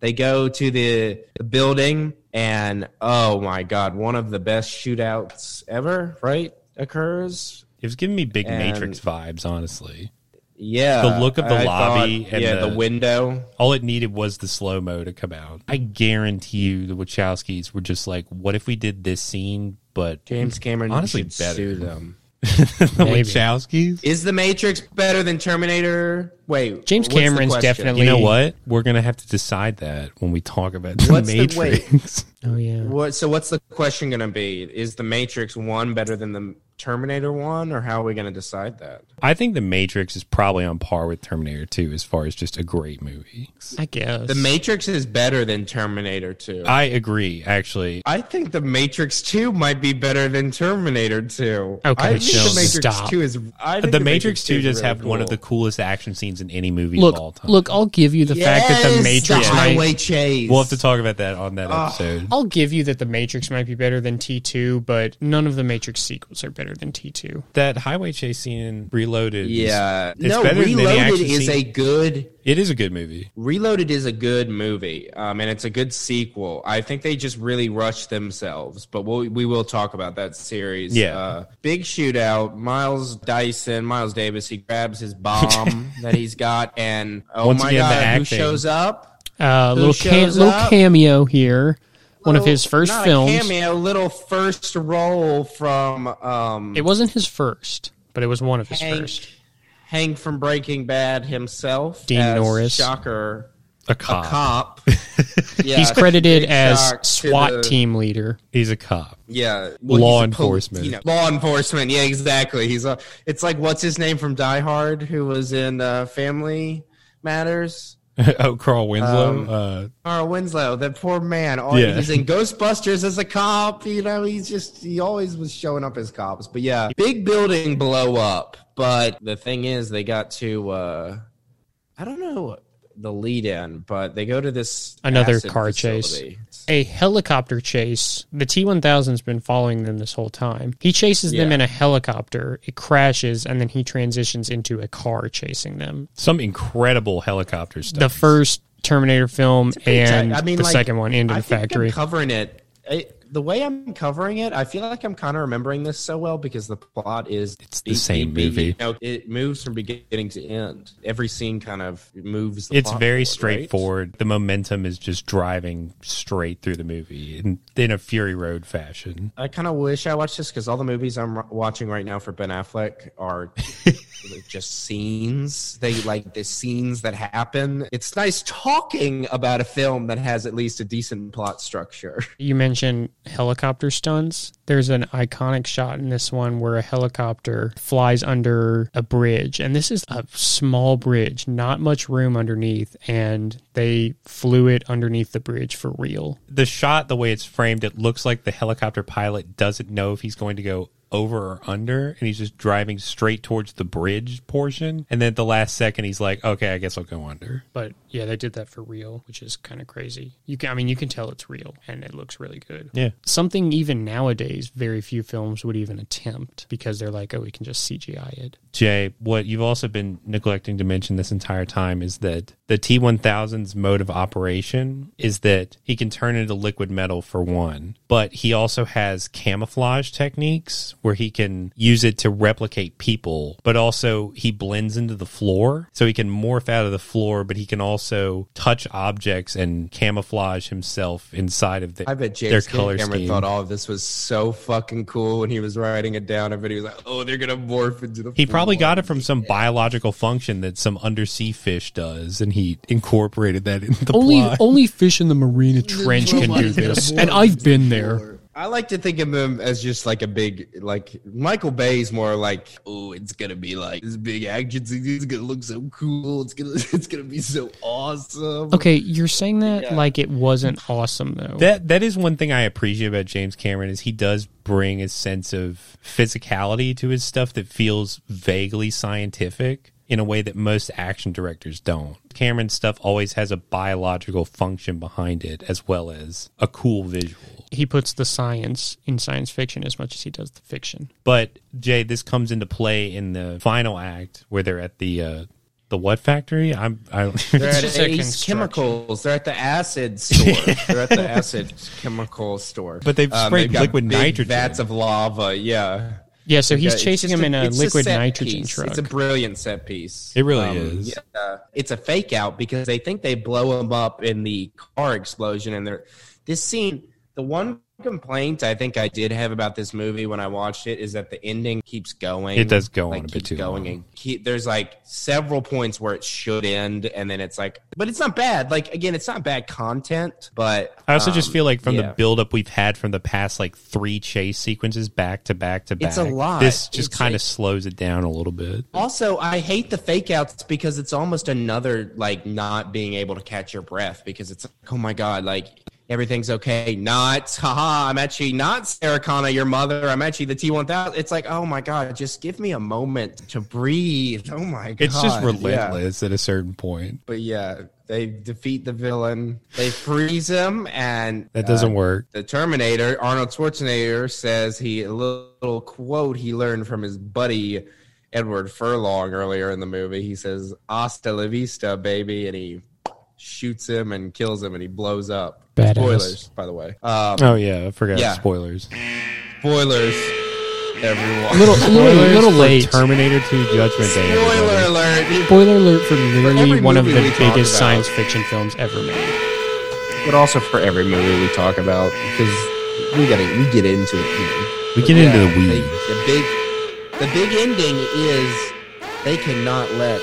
F: they go to the, the building, and oh my god, one of the best shootouts ever, right? Occurs.
D: It was giving me big
F: And-
D: Matrix vibes, honestly.
F: Yeah,
D: The look of the lobby and
F: yeah,
D: the-
F: the window.
D: All it needed was the slow mo to come out. I guarantee you the Wachowskis were just like, what if we did this scene, but
F: [laughs] James Cameron
D: Honestly,
F: honestly should
D: better.
F: sue them.
D: the
E: Maybe.
D: Wachowskis?
F: Is the Matrix better than Terminator? Wait,
E: James
F: what's the
E: Cameron's
F: question?
E: definitely-
D: You know what? We're going to have to decide that when we talk about the
F: What's the-
D: Matrix.
E: Oh, yeah.
F: What? So what's the question going to be? Is the Matrix one better than the Terminator one, or how are we going to decide that?
D: [laughs] I think The Matrix is probably on par with Terminator 2 as far as just a great movie.
E: I guess.
F: The Matrix is better than Terminator two.
D: I
F: I,
D: agree, actually.
F: think the Matrix two might be better than Terminator two.
E: Okay,
F: I think
E: Jones,
F: the Matrix
E: stop.
F: two is. I think
D: The Matrix 2
F: is
D: does
F: really
D: have one of
F: cool.
D: the coolest action scenes scenes in any movie
E: Look,
D: of all time.
E: look, I'll give you the fact that the Matrix
F: the
E: might
F: highway chase.
D: We'll have to talk about that on that
F: Ah.
D: episode.
E: I'll give you that the Matrix might be better than T2, but none of the Matrix sequels are better than T2.
D: That highway chase scene in Reloaded. is-
F: yeah,
D: it's
F: no.
D: better than any
F: Reloaded
D: action
F: is a
D: scene.
F: good
D: It is a good movie.
F: Reloaded is a good movie, um, and it's a good sequel. I think they just really rushed themselves, but we'll, we will talk about that series.
D: Yeah.
F: Uh, big shootout. Miles Dyson, Miles Davis, he grabs
D: [laughs]
F: his bomb that he's got, and oh
D: Once
F: my
D: again, the
F: god, who
D: acting.
F: shows up?
E: Uh,
F: Who
E: little cam-
F: shows
E: little
F: up?
E: cameo here, one of his first
F: Not
E: films.
F: A cameo, little first role from um,
E: It wasn't his first, but it was one of his
F: Hank,
E: first.
F: Hank from Breaking Bad himself,
E: Dean
F: as
E: Norris.
F: Shocker,
D: A cop. [laughs]
F: cop. Yeah,
E: He's credited as
F: shock to
E: SWAT
F: the-
E: team leader.
D: He's a cop. [laughs]
F: Yeah,
D: Law
F: he's a pol-
D: enforcement.
F: you know, law enforcement. Yeah, exactly. He's a. It's like what's his name from Die Hard, who was in uh, Family Matters.
D: oh, Carl Winslow.
F: Um,
D: uh,
F: Carl Winslow, that poor man. All,
D: Yeah.
F: He's in Ghostbusters as a cop. You know, he's just he always was showing up as cops. But yeah, big building blow up. But the thing is, they got to. uh I don't know the lead in, but they go to this
E: Another
F: acid
E: car
F: facility.
E: A helicopter chase. The T 1000's been following them this whole time. He chases them
F: Yeah.
E: in a helicopter, it crashes, and then he transitions into a car chasing them.
D: some incredible helicopter stuff.
E: The first Terminator film and
F: I mean,
E: the
F: like,
E: second one, Into
F: I
E: the
F: think I'm
E: Factory.
F: covering it. I, the way I'm covering it, I feel like I'm kind of remembering this so well because the plot is
D: It's the same movie.
F: You know, it moves from beginning to end. Every scene kind of moves. The
D: it's
F: plot
D: very
F: forward, right?
D: straightforward. The momentum is just driving straight through the movie in, in a Fury Road fashion.
F: I kind of wish I watched this because all the movies I'm r- watching right now for Ben Affleck
E: [laughs]
F: are just scenes. They like the scenes that happen. It's nice talking about a film that has at least a decent plot structure. [laughs]
E: You mentioned helicopter stunts. There's an iconic shot in this one where a helicopter flies under a bridge, and this is a small bridge, not much room underneath, and they flew it underneath the bridge for real.
D: The shot, the way it's framed, it looks like the helicopter pilot doesn't know if he's going to go over or under, and he's just driving straight towards the bridge portion. And then at the last second, he's like, "Okay, I guess I'll go under."
E: But yeah, they did that for real, which is kind of crazy. You can, I mean, you can tell it's real, and it looks really good.
D: Yeah.
E: Something even nowadays, very few films would even attempt because they're like, oh, we can just CGI it.
D: Jay, what you've also been neglecting to mention this entire time is that the T1000's mode of operation is that he can turn into liquid metal for one, but he also has camouflage techniques where he can use it to replicate people, but also he blends into the floor. So he can morph out of the floor, but he can also touch objects and camouflage himself inside of the,
F: I bet
D: their
F: James
D: color
F: Cameron
D: scheme.
F: thought all of this was so fucking cool when he was writing it down. I bet he was like, "Oh, they're gonna morph into the."
D: He probably got it from some biological function that some undersea fish does, and he incorporated that in the
E: Only,
D: plot.
E: only fish in the Marina Trench can
F: [laughs]
E: do this, and I've been there.
F: I like to think of him as just like a big, like Michael Bay's more like, "Oh, it's gonna be like this big action scene. It's gonna look so cool. It's gonna, [laughs] it's gonna be so awesome."
E: Okay, you're saying that like it wasn't awesome though.
D: that that is one thing I appreciate about James Cameron is he does bring a sense of physicality to his stuff that feels vaguely scientific in a way that most action directors don't. Cameron's stuff always has a biological function behind it as well as a cool visual.
E: he puts the science in science fiction as much as he does the fiction.
D: But Jay, this comes into play in the final act where they're at the uh, the what factory? I'm I don't [laughs]
F: They're at
E: just a
F: Ace
E: construction.
F: Chemicals. They're at the acid store. They're at the acid chemical store. Um,
D: But they've sprayed
F: got
D: liquid
F: big
D: nitrogen.
F: Vats of lava. Yeah.
E: Yeah, so he's
F: Yeah, it's
E: chasing
F: just
E: him in a
F: it's
E: liquid
F: set
E: nitrogen
F: piece.
E: truck.
F: It's a brilliant set piece. Um,
D: It really is.
F: yeah. it's a fake out because they think they blow him up in the car explosion, and they're this scene. The one complaint I think I did have about this movie when I watched it is that the ending keeps going.
D: It does go
F: Like,
D: on a bit
F: keeps
D: too
F: going
D: long.
F: and keep, there's like several points where it should end, and then it's like, but it's not bad. Like again, it's not bad content, but
D: I also just
F: um,
D: feel like from the
F: yeah.
D: buildup we've had from the past like three chase sequences back to back to back,
F: It's a lot.
D: This just
F: It's
D: kind
F: like-
D: of slows it down a little bit.
F: Also, I hate the fake outs because it's almost another like not being able to catch your breath because it's like, oh my god, like everything's okay. Not, haha, I'm actually not Sarah Connor, your mother. I'm actually the T1000. It's like, oh my God, just give me a moment to breathe. Oh my God.
D: It's just
F: Yeah.
D: relentless at a certain point.
F: But yeah, they defeat the villain, they freeze him, and
D: That doesn't work.
F: the Terminator, Arnold Schwarzenegger says he a little quote he learned from his buddy Edward Furlong earlier in the movie. He says "Hasta la vista, baby," and he shoots him and kills him, and he blows up.
E: Badass.
F: Spoilers, by the way. Um,
D: Oh yeah, I forgot
F: Yeah.
D: spoilers.
F: spoilers, everyone. [laughs]
E: Little, little, little
D: for
E: late.
D: Terminator 2 Judgment Day.
F: spoiler
D: everybody.
F: alert,
E: Spoiler alert for literally
F: every
E: one of the
F: movie we
E: biggest
F: talk about.
E: science fiction films ever made.
F: but also for every movie we talk about because we gotta we get into it. Here.
D: We get into the
F: They-
D: weeds.
F: the big, the big ending is they cannot let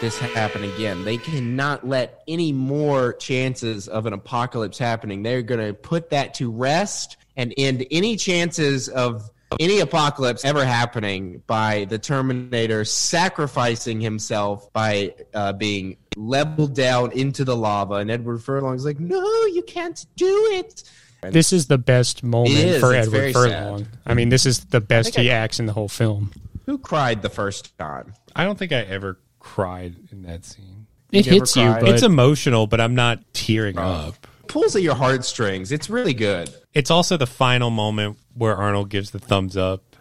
F: this happen again. They cannot let any more chances of an apocalypse happening. They're going to put that to rest and end any chances of any apocalypse ever happening by the Terminator sacrificing himself by uh, being leveled down into the lava. And Edward Furlong's like, "No, you can't do it."
E: This is the best moment
F: It is,
E: for
F: it's
E: Edward
F: very
E: Furlong. I mean, this is the best he acts in the whole film.
F: Who cried the first time?
D: I don't think I ever cried in that scene.
E: It
F: never
E: hits you,
F: cried.
E: but
D: it's emotional, but I'm not tearing up.
F: Pulls at your heartstrings. It's really good.
D: It's also the final moment where Arnold gives the thumbs up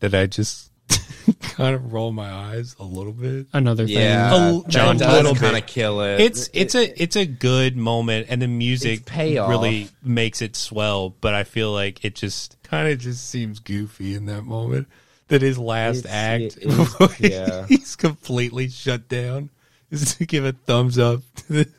D: that I just [laughs] kind of roll my eyes a little bit.
E: another thing.
F: Yeah,
D: Oh, John Little
F: kind
D: bit.
F: of kill it.
D: It's it's a it's a good moment and the music
F: It's payoff.
D: really makes it swell, but I feel like it just kind of just seems goofy in that moment. That his last
F: It's-
D: act
F: it
D: [laughs]
F: is-
D: before
F: yeah.
D: he's completely shut down is to give a thumbs up to the [laughs]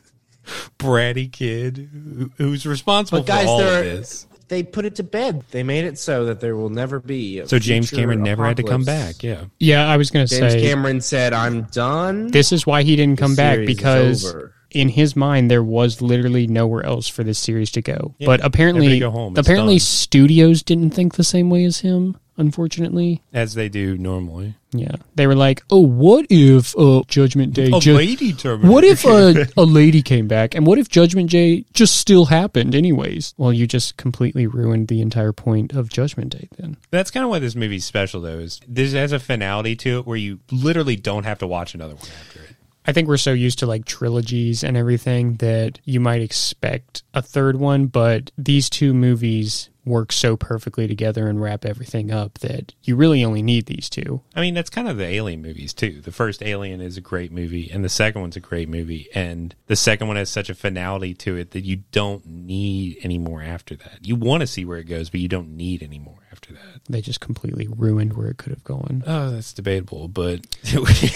D: bratty kid who, who's responsible
F: But guys,
D: for all
F: there
D: of
F: are-
D: this.
F: they put it to bed. They made it so that there will never be. a
D: So James
F: future
D: Cameron never had to come
F: apocalypse.
D: back. Yeah.
E: Yeah, I was going to
F: James
E: say
F: Cameron said, "I'm done."
E: this is why he didn't come back
F: series is
E: because
F: over.
E: in his mind there was literally nowhere else for this series to go. but apparently,
D: everybody go home, it's
E: apparently
D: done.
E: studios didn't think the same way as him. Unfortunately,
D: As they do normally.
E: yeah, they were like, "Oh, what if uh, Judgment Day?
D: A
E: ju-
D: lady Terminator.
E: what if a, a lady came back, and what if Judgment Day just still happened anyways?" Well, you just completely ruined the entire point of Judgment Day. Then
D: That's kind of why this movie's special, though. Is this has a finality to it where you literally don't have to watch another one after it.
E: I think we're so used to like trilogies and everything that you might expect a third one, but these two movies work so perfectly together and wrap everything up that you really only need these two.
D: I mean, that's kind of the Alien movies too. The first Alien is a great movie, and the second one's a great movie, and the second one has such a finality to it that you don't need any more after that. You want to see where it goes, but you don't need any more after that.
E: They just completely ruined where it could have
F: [laughs]
E: gone.
D: Oh, that's debatable, but [laughs]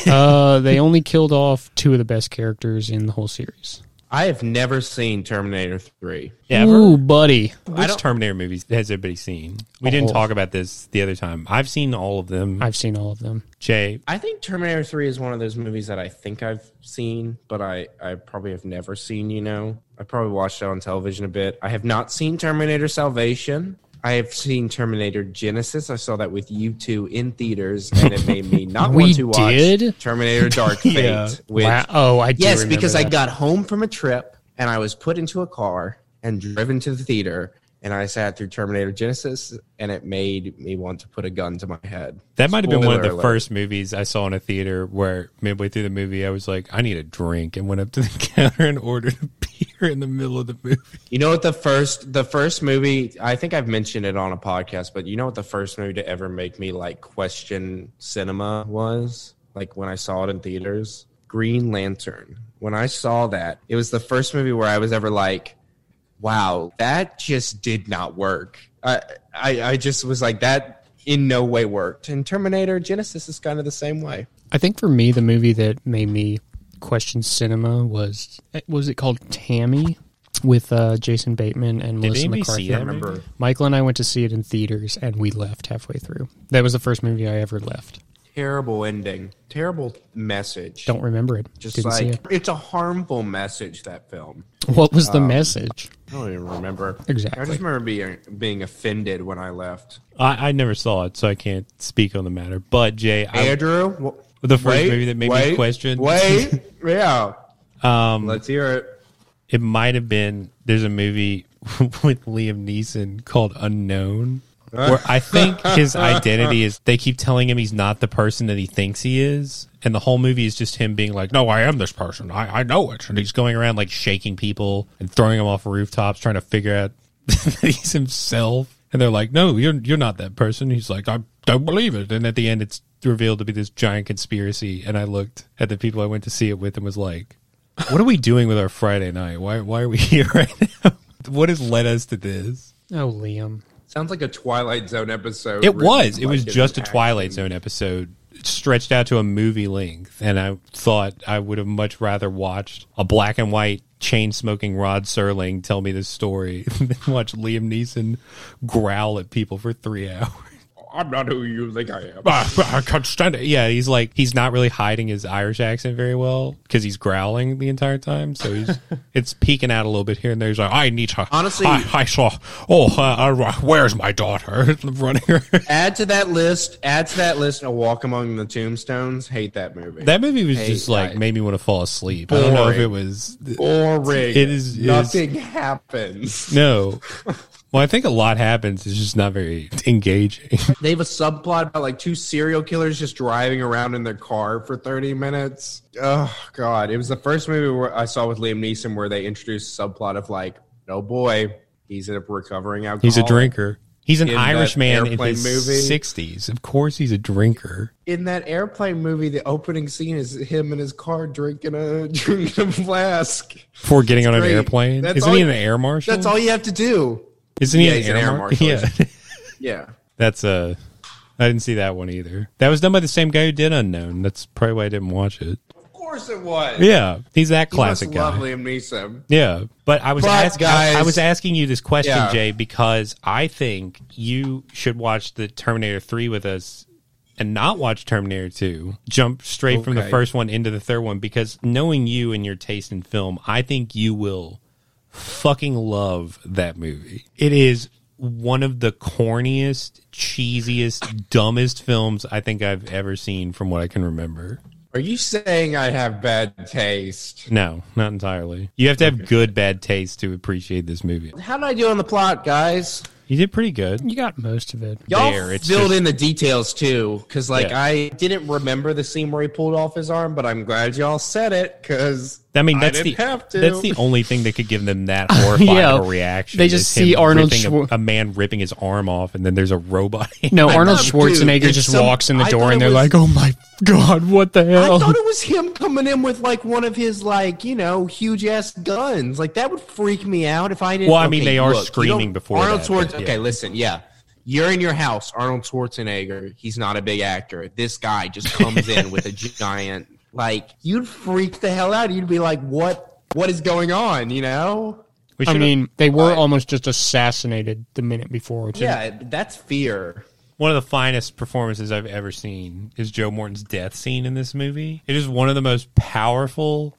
E: Uh, they only killed off two of the best characters in the whole series.
F: I have never seen Terminator Three.
E: Ooh, buddy.
D: Which Terminator movies has everybody seen? We didn't
E: Oh.
D: talk about this the other time. I've seen all of them.
E: I've seen all of them.
D: Jay,
F: I think Terminator Three is one of those movies that I think I've seen, but I I probably have never seen. You know, I probably watched it on television a bit. I have not seen Terminator Salvation. I have seen Terminator Genesis. I saw that with you two in theaters, and it made
D: [laughs]
F: me not
E: We
F: want to watch
E: did?
F: Terminator Dark Fate. which,
E: Wow. Oh, I do
F: Yes,
E: remember
F: because I
E: that.
F: got home from a trip and I was put into a car and driven to the theater and I sat through Terminator Genesis and it made me want to put a gun to my head.
D: That might have been one of the
F: Spoiler alert.
D: first movies I saw in a theater where midway through the movie I was like, I need a drink and went up to the [laughs] counter and ordered a beer in the middle of the movie.
F: You know what the first the first movie I think I've mentioned it on a podcast, but you know what the first movie to ever make me like question cinema was? Like when I saw it in theaters? Green Lantern. When I saw that, it was the first movie where I was ever like, wow, that just did not work. I, I, I just was like, that in no way worked. And Terminator Genesis is kind of the same way.
E: I think for me, the movie that made me question cinema was was it called Tammy with uh, Jason Bateman and Melissa
D: anybody
E: McCarthy.
D: see that movie? Remember.
E: Michael and I went to see it in theaters, and we left halfway through. That was the first movie I ever left.
F: Terrible ending, terrible message.
E: Don't remember it.
F: just
E: Didn't see
F: like
E: it.
F: it's a harmful message that film.
E: What was
F: um,
E: the message?
F: I don't even remember
E: Exactly.
F: I just remember being being offended when I left.
D: I, I never saw it, so I can't speak on the matter. But Jay, I,
F: Andrew, w-
D: The first movie that made me [laughs]
F: wait,
D: question-
F: Wait, yeah.
D: um,
F: Let's hear it.
D: It might have been. There's a movie [laughs] with Liam Neeson called Unknown, where I think his identity is. They keep telling him he's not the person that he thinks he is, and the whole movie is just him being like, "No, I am this person. I, I know it." And he's going around like shaking people and throwing them off rooftops, trying to figure out [laughs] that he's himself. And they're like, "No, you're you're not that person." He's like, "I don't believe it." And at the end, it's revealed to be this giant conspiracy. And I looked at the people I went to see it with and was like, what are we doing with our Friday night? Why why are we [laughs] here right now? What has led us to this?
E: Oh, Liam.
F: Sounds like a Twilight Zone episode.
D: It
F: written
D: was. It
F: like
D: was
F: it's
D: just a
F: action.
D: Twilight Zone episode stretched out to a movie length, and I thought I would have much rather watched a black and white chain smoking Rod Serling tell me this story [laughs] than watch Liam Neeson growl at people for three [laughs] hours.
F: I'm not who you think I am.
D: I [laughs] can't stand it. Yeah, he's like he's not really hiding his Irish accent very well because he's growling the entire time. So
F: [laughs]
D: he's it's peeking out a little bit here and there. He's like, I need her.
F: Honestly-
D: I, I saw. Oh, uh, uh, where's my daughter? [laughs] Running around.
F: Add to that list. Add to that list. A Walk Among the Tombstones. Hate that movie.
D: That movie was just like
F: right.
D: made me want to fall asleep. I don't know if
F: Boring.
D: it was
F: boring.
D: It is- it is-
F: Nothing happens.
D: no. Well, I think a lot happens. It's just not very engaging. [laughs]
F: They have a subplot about like two serial killers just driving around in their car for 30 minutes. Oh god, it was the first movie where I saw with Liam Neeson where they introduced a subplot of like, oh boy, he's a recovering alcoholic.
D: He's a drinker. He's an
F: Oh. In that
D: Irishman in
F: airplane
D: his
F: movie?
D: sixties. Of course, he's a drinker.
F: in that airplane movie, the opening scene is him in his car drinking a [laughs] drinking a flask.
D: Before getting on an
F: Great.
D: airplane,
F: That's
D: isn't
F: all
D: he
F: you-
D: an air marshal?
F: That's all you have to do.
D: Isn't he
F: Yeah,
D: an,
F: he's
D: air
F: an air
D: mar- [laughs]
F: marshal.
D: Yeah.
F: Yeah.
D: That's uh I didn't see that one either. That was done by the same guy who did Unknown. That's probably why I didn't watch it.
F: Of course it was.
D: Yeah, he's that
F: He must
D: classic guy.
F: love Liam Neeson.
D: Yeah, but I was
F: But,
D: ask- I, I
F: guys-
D: was asking you this question,
F: Yeah.
D: Jay, because I think you should watch the Terminator Three with us and not watch Terminator Two. Jump straight from the
F: Okay.
D: first one into the third one because knowing you and your taste in film, I think you will fucking love that movie. It is one of the corniest, cheesiest, dumbest films I think I've ever seen from what I can remember.
F: Are you saying I have bad taste?
D: No, not entirely. You have to have good bad taste to appreciate this movie.
F: How did I do on the plot, guys?
D: You did pretty good.
E: You got most of it.
F: Y'all
D: There, it's
F: filled
D: just-
F: in the details too, because like
D: Yeah.
F: I didn't remember the scene where he pulled off his arm, but I'm glad y'all said it because
D: I mean, that's
F: didn't
D: the
F: have to.
D: that's the only thing that could give them that horrified
E: [laughs] Yeah.
D: of a reaction.
E: They just
D: is
E: see
D: him
E: Arnold
D: ripping
E: Schwar-
D: a, a man ripping his arm off, and then there's a robot. [laughs]
E: No, Arnold
F: dude,
E: Schwarzenegger
F: if
E: just
F: some-
E: walks in the
F: I
E: door
F: thought
E: and
F: it
E: they're
F: was-
E: like, "Oh my god, what the
F: I
D: Oh.
E: hell?"
F: thought it was him coming in with like one of his like you know huge ass guns. Like that would freak me out if I didn't.
D: Well, I mean, they are
F: you don't-
D: screaming before
F: Arnold
D: that, but
F: Schwarzenegger.
D: yeah.
F: Okay, listen, yeah. You're in your house, Arnold Schwarzenegger. He's not a big actor. This guy just comes
D: [laughs]
F: in with a giant. Like you'd freak the hell out. You'd be like, "What? What is going on?" You know?
D: we
E: I
D: should've-
E: mean, they were almost just assassinated the minute before. Which yeah.
F: Yeah, that's fear.
D: one of the finest performances I've ever seen is Joe Morton's death scene in this movie. It is one of the most
E: [laughs]
D: powerful,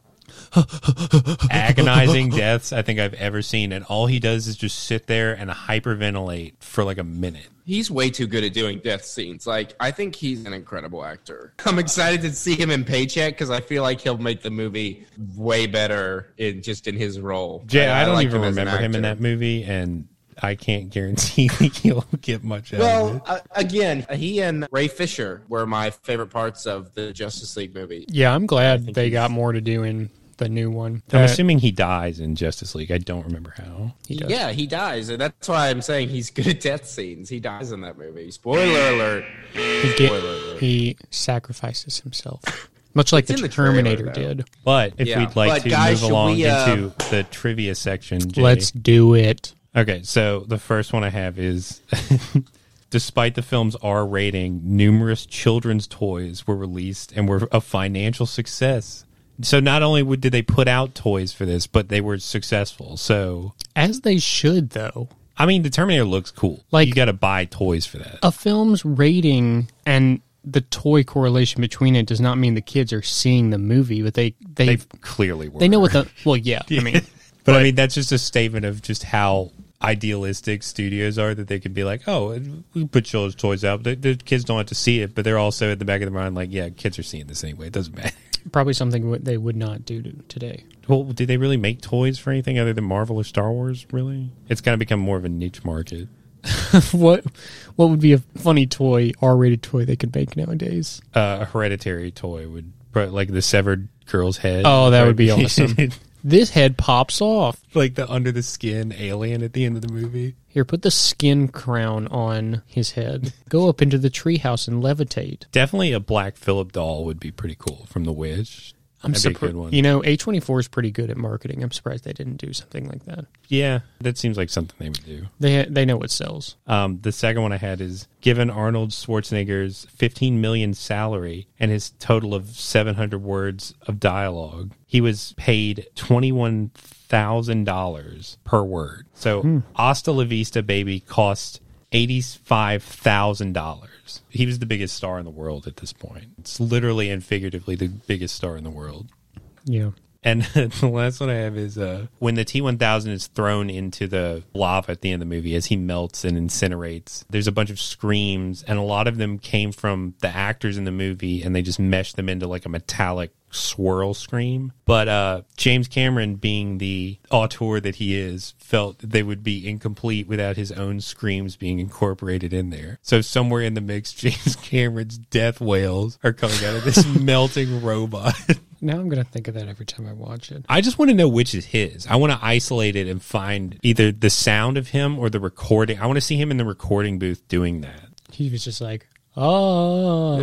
D: agonizing deaths I think I've ever seen, and all he does is just sit there and hyperventilate for like a minute.
F: He's way too good at doing death scenes. Like, I think he's an incredible actor. I'm excited to see him in Paycheck because I feel like he'll make the movie way better in just in his role.
D: Jay, I, don't
F: like
D: even
F: him as an
D: remember him in that
F: actor.
D: movie, and I can't guarantee [laughs] he'll get much out of it.
F: Well, uh, again, he and Ray Fisher were my favorite parts of the Justice League movie.
E: yeah, I'm glad they got more to do in the new one.
D: I'm
E: That-
D: assuming he dies in Justice League. I don't remember how.
E: Uh, he does.
F: Yeah, he dies, and that's why I'm saying he's good at death scenes. He dies in that movie. Spoiler alert.
E: he, get-
F: Spoiler alert.
E: he sacrifices himself, much like
F: in
E: the
F: the trailer,
E: Terminator
F: though.
E: did.
D: But if
F: Yeah.
D: we'd like
F: But
D: to
F: guys,
D: move
F: should
D: along
F: we, uh,
D: into the trivia section, Jay.
E: Let's do it.
D: Okay, so the first one I have is [laughs] despite the film's R rating, numerous children's toys were released and were a financial success. So not only would, did they put out toys for this, but they were successful. So
E: As they should, though.
D: I mean, the Terminator looks cool.
E: Like-
D: you got to buy toys for that.
E: A film's rating and the toy correlation between it does not mean the kids are seeing the movie, but they they
D: They
E: they,
D: clearly were.
E: know what the well, yeah.
F: [laughs]
E: I mean,
D: But, I mean, that's just a statement of just how idealistic studios are that they could be like, oh, we put children's toys out. The, the kids don't have to see it, but they're also at the back of their mind like, yeah, kids are seeing this anyway. It doesn't matter. [laughs]
E: probably something w- they would not do to, today.
D: Well, did they really make toys for anything other than Marvel or Star Wars? Really, it's kind of become more of a niche market.
E: [laughs] what what would be a funny toy, R rated toy they could make nowadays?
D: Uh, a hereditary toy would, pro- like the severed girl's head.
E: Oh, that would
D: [laughs]
E: be awesome.
F: [laughs]
E: This head pops off.
D: like the under the skin alien at the end of the movie.
E: Here, put the skin crown on his head. Go up into the treehouse and levitate.
D: Definitely a Black Phillip doll would be pretty cool from The Witch.
E: I'm
D: That'd be a
E: surprised.
D: good one.
E: You know, A24 is pretty good at marketing. I'm surprised they didn't do something like that.
D: Yeah, that seems like something they would do.
E: They they know what sells.
D: Um, the second one I had is given Arnold Schwarzenegger's 15 million salary and his total of 700 words of dialogue, he was paid 21 thousand dollars per word. So Hasta La Vista Baby cost eighty-five thousand dollars. He was the biggest star in the world at this point. It's literally and figuratively the biggest star in the world.
E: Yeah.
D: And [laughs] the last one I have is uh, when the T 1000 is thrown into the lava at the end of the movie as he melts and incinerates, there's a bunch of screams, and a lot of them came from the actors in the movie, and they just meshed them into like a metallic swirl scream. But uh, James Cameron, being the auteur that he is, felt that they would be incomplete without his own screams being incorporated in there. So somewhere in the mix, [laughs] James Cameron's death wails are coming out of this [laughs] melting robot.
E: Now I'm gonna think of that every time I watch it.
D: I just want to know which is his. I want to isolate it and find either the sound of him or the recording. I want to see him in the recording booth doing that.
E: He was just like,
D: [laughs]
E: "Ah, oh,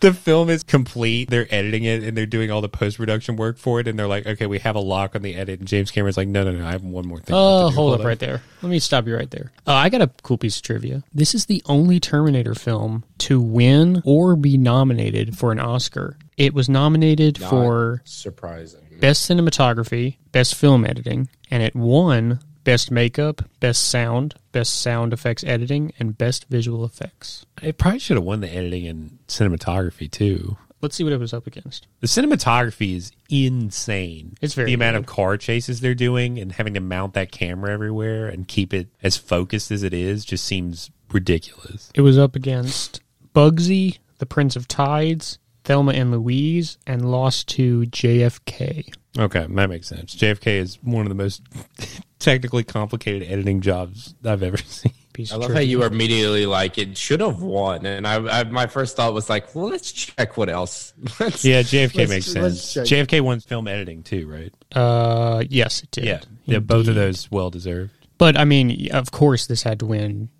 D: the film is complete. They're editing it and they're doing all the post production work for it. And they're like, okay, we have a lock on the edit. And James Cameron's like, no, no, no, I have one more thing.
E: oh,
D: left to do.
E: hold up
D: on.
E: right there. Let me stop you right there. Uh, I got a cool piece of trivia. This is the only Terminator film to win or be nominated for an Oscar. It was nominated for
F: Surprising.
E: best cinematography, best film editing, and it won best makeup, best sound, best sound effects editing, and best visual effects.
D: It probably should have won the editing and cinematography too.
E: Let's see what it was up against.
D: The cinematography is insane.
E: It's very
D: the amount of
E: good.
D: car chases they're doing and having to mount that camera everywhere and keep it as focused as it is just seems ridiculous.
E: It was up against Bugsy, The Prince of Tides, Thelma and Louise, and lost to JFK.
D: Okay, that makes sense. JFK is one of the most [laughs] technically complicated editing jobs I've ever [laughs] seen.
E: Piece
F: I
E: of
F: love
E: trivia.
F: how you were immediately like it should have won, and I, I my first thought was like, well, let's check what else. [laughs] Let's-
D: Yeah, JFK
F: let's-
D: makes
F: let's
D: sense.
F: check.
D: JFK won film editing too, right?
E: Uh, yes, it did.
D: Yeah, yeah. Both of
E: Indeed.
D: those well deserved.
E: But I mean, of course, this had to win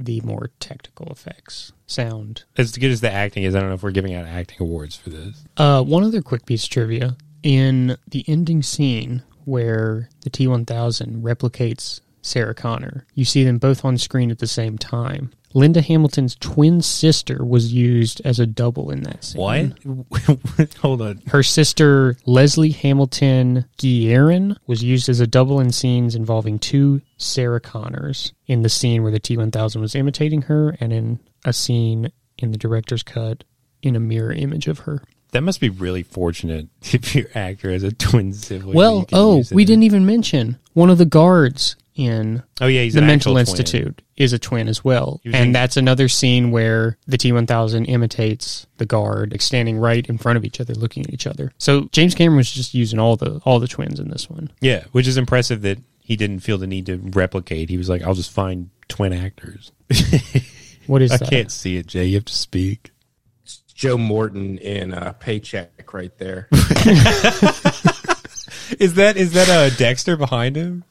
E: the more technical effects, sound,
D: As good as the acting is, I don't know if we're giving out acting awards for this.
E: Uh, one other quick piece of trivia. In the ending scene where the T 1000 replicates Sarah Connor, you see them both on screen at the same time. Linda Hamilton's twin sister was used as a double in that scene.
D: What? [laughs] Hold on.
E: Her sister, Leslie Hamilton Guerin, was used as a double in scenes involving two Sarah Connors in the scene where the T 1000 was imitating her and in a scene in the director's cut in a mirror image of her.
D: That must be really fortunate [laughs] if your actor has a twin sibling. that you
E: Well,
D: can
E: oh,
D: use in
E: we
D: it.
E: didn't even mention one of the guards in
D: Oh yeah, he's
E: the
D: an
E: mental
D: actual twin.
E: institute is a twin as well,
D: You
E: and
D: would think-
E: that's another scene where the T one thousand imitates the guard, like, standing right in front of each other, looking at each other. So James Cameron was just using all the all the twins in this one.
D: Yeah, which is impressive that he didn't feel the need to replicate. He was like, I'll just find twin actors. [laughs]
E: What is
D: I
E: that?
D: can't see it, Jay. You have to speak.
F: It's Joe Morton in a paycheck right
D: [laughs]
F: there.
D: Is that is that a Dexter behind him?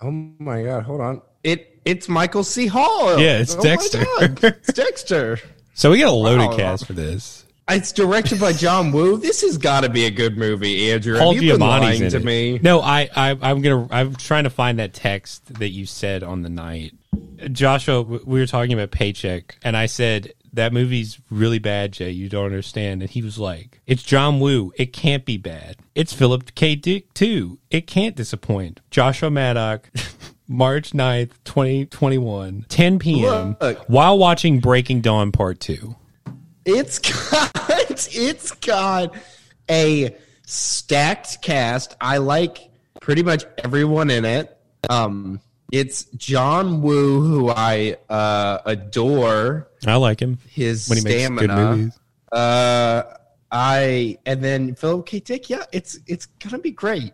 F: oh my god, hold on. It it's Michael C. Hall.
D: Yeah, it's
F: Oh my
D: Dexter. [laughs]
F: God, It's Dexter.
D: So we got a loaded
F: Wow.
D: cast for this.
F: It's directed by John Woo. This has got to be a good movie, Andrew.
D: Paul
F: Have you been
D: Giamatti's
F: lying
D: in
F: to
D: it.
F: me?
D: No, I, I I'm gonna I'm trying to find that text that you said on the night. Joshua, w- we were talking about paycheck, and I said that movie's really bad, Jay. You don't understand. And he was like, "It's John Woo. It can't be bad. It's Philip K. Dick too. It can't disappoint." Joshua Maddock. [laughs] March 9th, 2021, 10 p.m.
F: Look.
D: while watching Breaking Dawn Part 2.
F: It's [laughs] got it's got a stacked cast. I like pretty much everyone in it. Um, it's John Woo, who I uh, adore
D: I like him.
F: his
D: When he makes good
F: stamina.
D: movies.
F: uh, I and then Philip K. Dick. Yeah, it's it's gonna be great.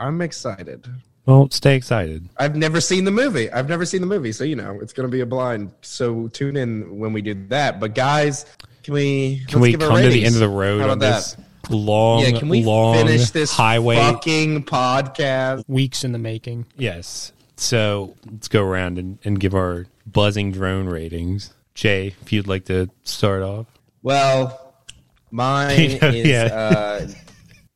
F: I'm excited.
D: Well, stay excited.
F: I've never seen the movie. I've never seen the movie, so you know it's gonna be a blind. So tune in when we do that. But guys, can we
D: Can
F: let's
D: we
F: give our
D: come to the
F: ratings.
D: end of the road
F: How about
D: on this long,
F: Yeah, can we
D: long
F: finish this
D: highway?
F: fucking podcast?
E: Weeks in the making.
D: Yes. So let's go around and, and give our buzzing drone ratings. Jay, if you'd like to start off.
F: Well,
D: [laughs]
F: mine is
D: Yeah.
F: uh,